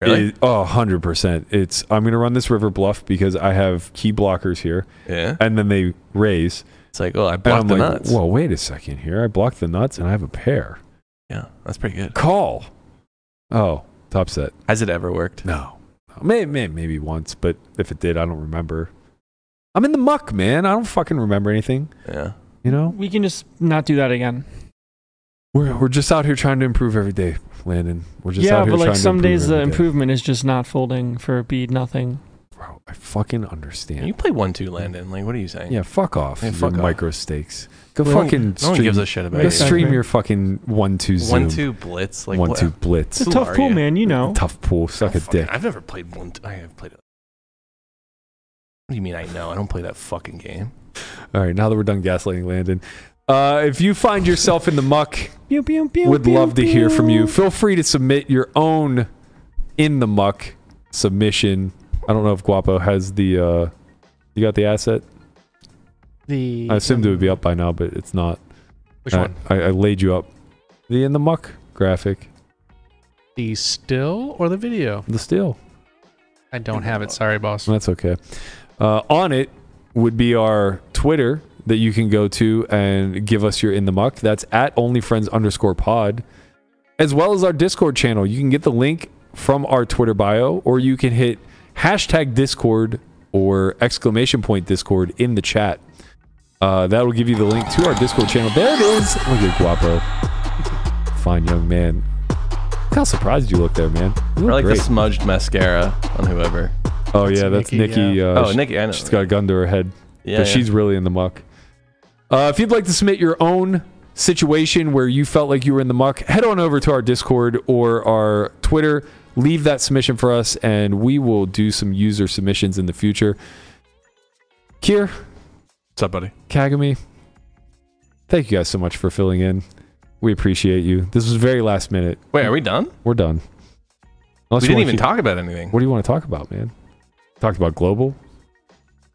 Speaker 8: Really?
Speaker 3: It- oh, 100%. It's I'm going to run this river bluff because I have key blockers here
Speaker 8: Yeah.
Speaker 3: and then they raise
Speaker 8: It's like, oh, I
Speaker 3: and
Speaker 8: blocked
Speaker 3: I'm
Speaker 8: the
Speaker 3: like,
Speaker 8: nuts.
Speaker 3: "Well, wait a second here. I blocked the nuts and I have a pair."
Speaker 8: Yeah, that's pretty good.
Speaker 3: Call. Oh, top set.
Speaker 8: Has it ever worked?
Speaker 3: No. Maybe, maybe once, but if it did, I don't remember. I'm in the muck, man. I don't fucking remember anything,
Speaker 8: Yeah.
Speaker 3: you know?
Speaker 4: We can just not do that again.
Speaker 3: We're we're just out here trying to improve every day, Landon. We're just
Speaker 4: yeah,
Speaker 3: out here
Speaker 4: but like
Speaker 3: trying
Speaker 4: some
Speaker 3: to improve
Speaker 4: days uh, the
Speaker 3: every day.
Speaker 4: improvement is just not folding for a bead nothing.
Speaker 3: Bro, I fucking understand.
Speaker 8: You play one two Landon. Like, what are you saying?
Speaker 3: Yeah, fuck off.
Speaker 8: Yeah,
Speaker 3: your
Speaker 8: fuck off.
Speaker 3: micro stakes. Go
Speaker 8: No one-
Speaker 3: fucking
Speaker 8: no
Speaker 3: stream.
Speaker 8: one gives a shit about
Speaker 3: Go
Speaker 8: you.
Speaker 4: Yes, I
Speaker 3: stream
Speaker 4: agree.
Speaker 3: your fucking one two zoom.
Speaker 8: One two blitz. Like
Speaker 3: one
Speaker 8: what?
Speaker 3: two
Speaker 4: It's
Speaker 3: blitz.
Speaker 4: a
Speaker 8: Who
Speaker 4: tough
Speaker 8: are
Speaker 4: pool,
Speaker 8: you?
Speaker 4: man. You know.
Speaker 3: Tough pool. Suck
Speaker 8: Oh,
Speaker 3: a
Speaker 8: fucking-
Speaker 3: dick.
Speaker 8: I've never played one. I have played. it. What do you mean? I know. I don't play that fucking game.
Speaker 3: All right, now that we're done gaslighting Landon. Uh, if you find yourself in the muck,
Speaker 4: Pew, pew, pew,
Speaker 3: would
Speaker 4: pew,
Speaker 3: love to hear from you.
Speaker 4: pew.
Speaker 3: Feel free to submit your own in the muck submission. I don't know if Guapo has the. Uh, you got the asset?
Speaker 7: The
Speaker 3: I assumed it would be up by now, but it's not.
Speaker 8: Which
Speaker 3: I- I, I laid you up. The in the muck graphic.
Speaker 7: the still or the video?
Speaker 3: The steel.
Speaker 7: I don't have it. Sorry, boss.
Speaker 3: That's okay. Uh, on it would be our Twitter that you can go to and give us your in the muck. That's at onlyfriends underscore pod, as well as our Discord channel. You can get the link from our Twitter bio, or you can hit hashtag Discord or exclamation point Discord in the chat. Uh, that will give you the link to our Discord channel. There it is. Look at Guapo. Fine young man. Look how surprised you look there, man. You
Speaker 8: Or
Speaker 3: look
Speaker 8: like
Speaker 3: great.
Speaker 8: the smudged mascara on whoever.
Speaker 3: oh yeah, that's Nikki.
Speaker 7: Nikki,
Speaker 3: Uh,
Speaker 8: oh,
Speaker 3: she-
Speaker 8: Nikki, I know.
Speaker 3: She's got a gun to her head.
Speaker 8: Yeah,
Speaker 3: but
Speaker 8: yeah.
Speaker 3: she's really in the muck. Uh, if you'd like to submit your own situation where you felt like you were in the muck, head on over to our Discord or our Twitter. Leave that submission for us, and we will do some user submissions in the future. Kier,
Speaker 8: What's up, buddy?
Speaker 3: Kagami, thank you guys so much for filling in. We appreciate you. This was very last minute.
Speaker 8: Wait, are we done?
Speaker 3: We're done. Unless
Speaker 8: we
Speaker 3: you
Speaker 8: didn't
Speaker 3: wanna
Speaker 8: even
Speaker 3: keep-
Speaker 8: talk about anything.
Speaker 3: What do you want to talk about, man? Talked about global.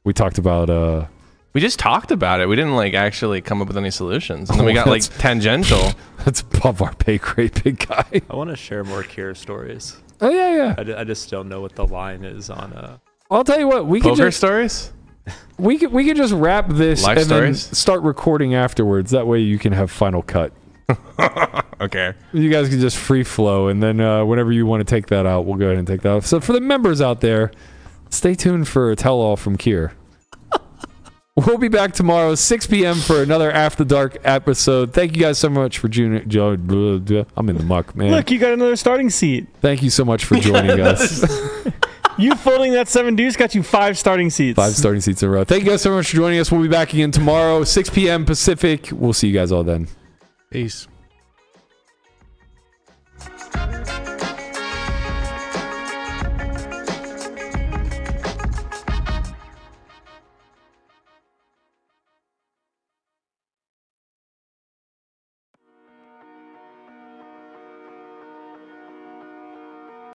Speaker 3: We talked about uh
Speaker 8: We just talked about it. We didn't like actually come up with any solutions. And then we got like
Speaker 3: That's-
Speaker 8: tangential.
Speaker 3: That's above our pay grade, big guy.
Speaker 9: I want to share more Cure stories.
Speaker 3: Oh yeah, yeah.
Speaker 9: I, d- I just don't know what the line is on. Uh,
Speaker 3: I'll tell you what. We can
Speaker 8: Poker
Speaker 3: just
Speaker 8: stories?
Speaker 3: we can, we can just wrap this
Speaker 8: Life
Speaker 3: and then
Speaker 8: stories?
Speaker 3: start recording afterwards. That way you can have final cut.
Speaker 8: Okay.
Speaker 3: You guys can just free flow, and then uh, whenever you want to take that out, we'll go ahead and take that off. So for the members out there, stay tuned for a tell all from Kier. We'll be back tomorrow, 6 p.m. for another After Dark episode. Thank you guys so much for joining. jo- blah, blah. I'm in the muck, man.
Speaker 4: Look, you got another starting seat.
Speaker 3: Thank you so much for joining us.
Speaker 4: You folding that seven deuce got you five starting seats.
Speaker 3: Five starting seats in a row. Thank you guys so much for joining us. We'll be back again tomorrow, 6 p.m. Pacific. We'll see you guys all then.
Speaker 7: Peace.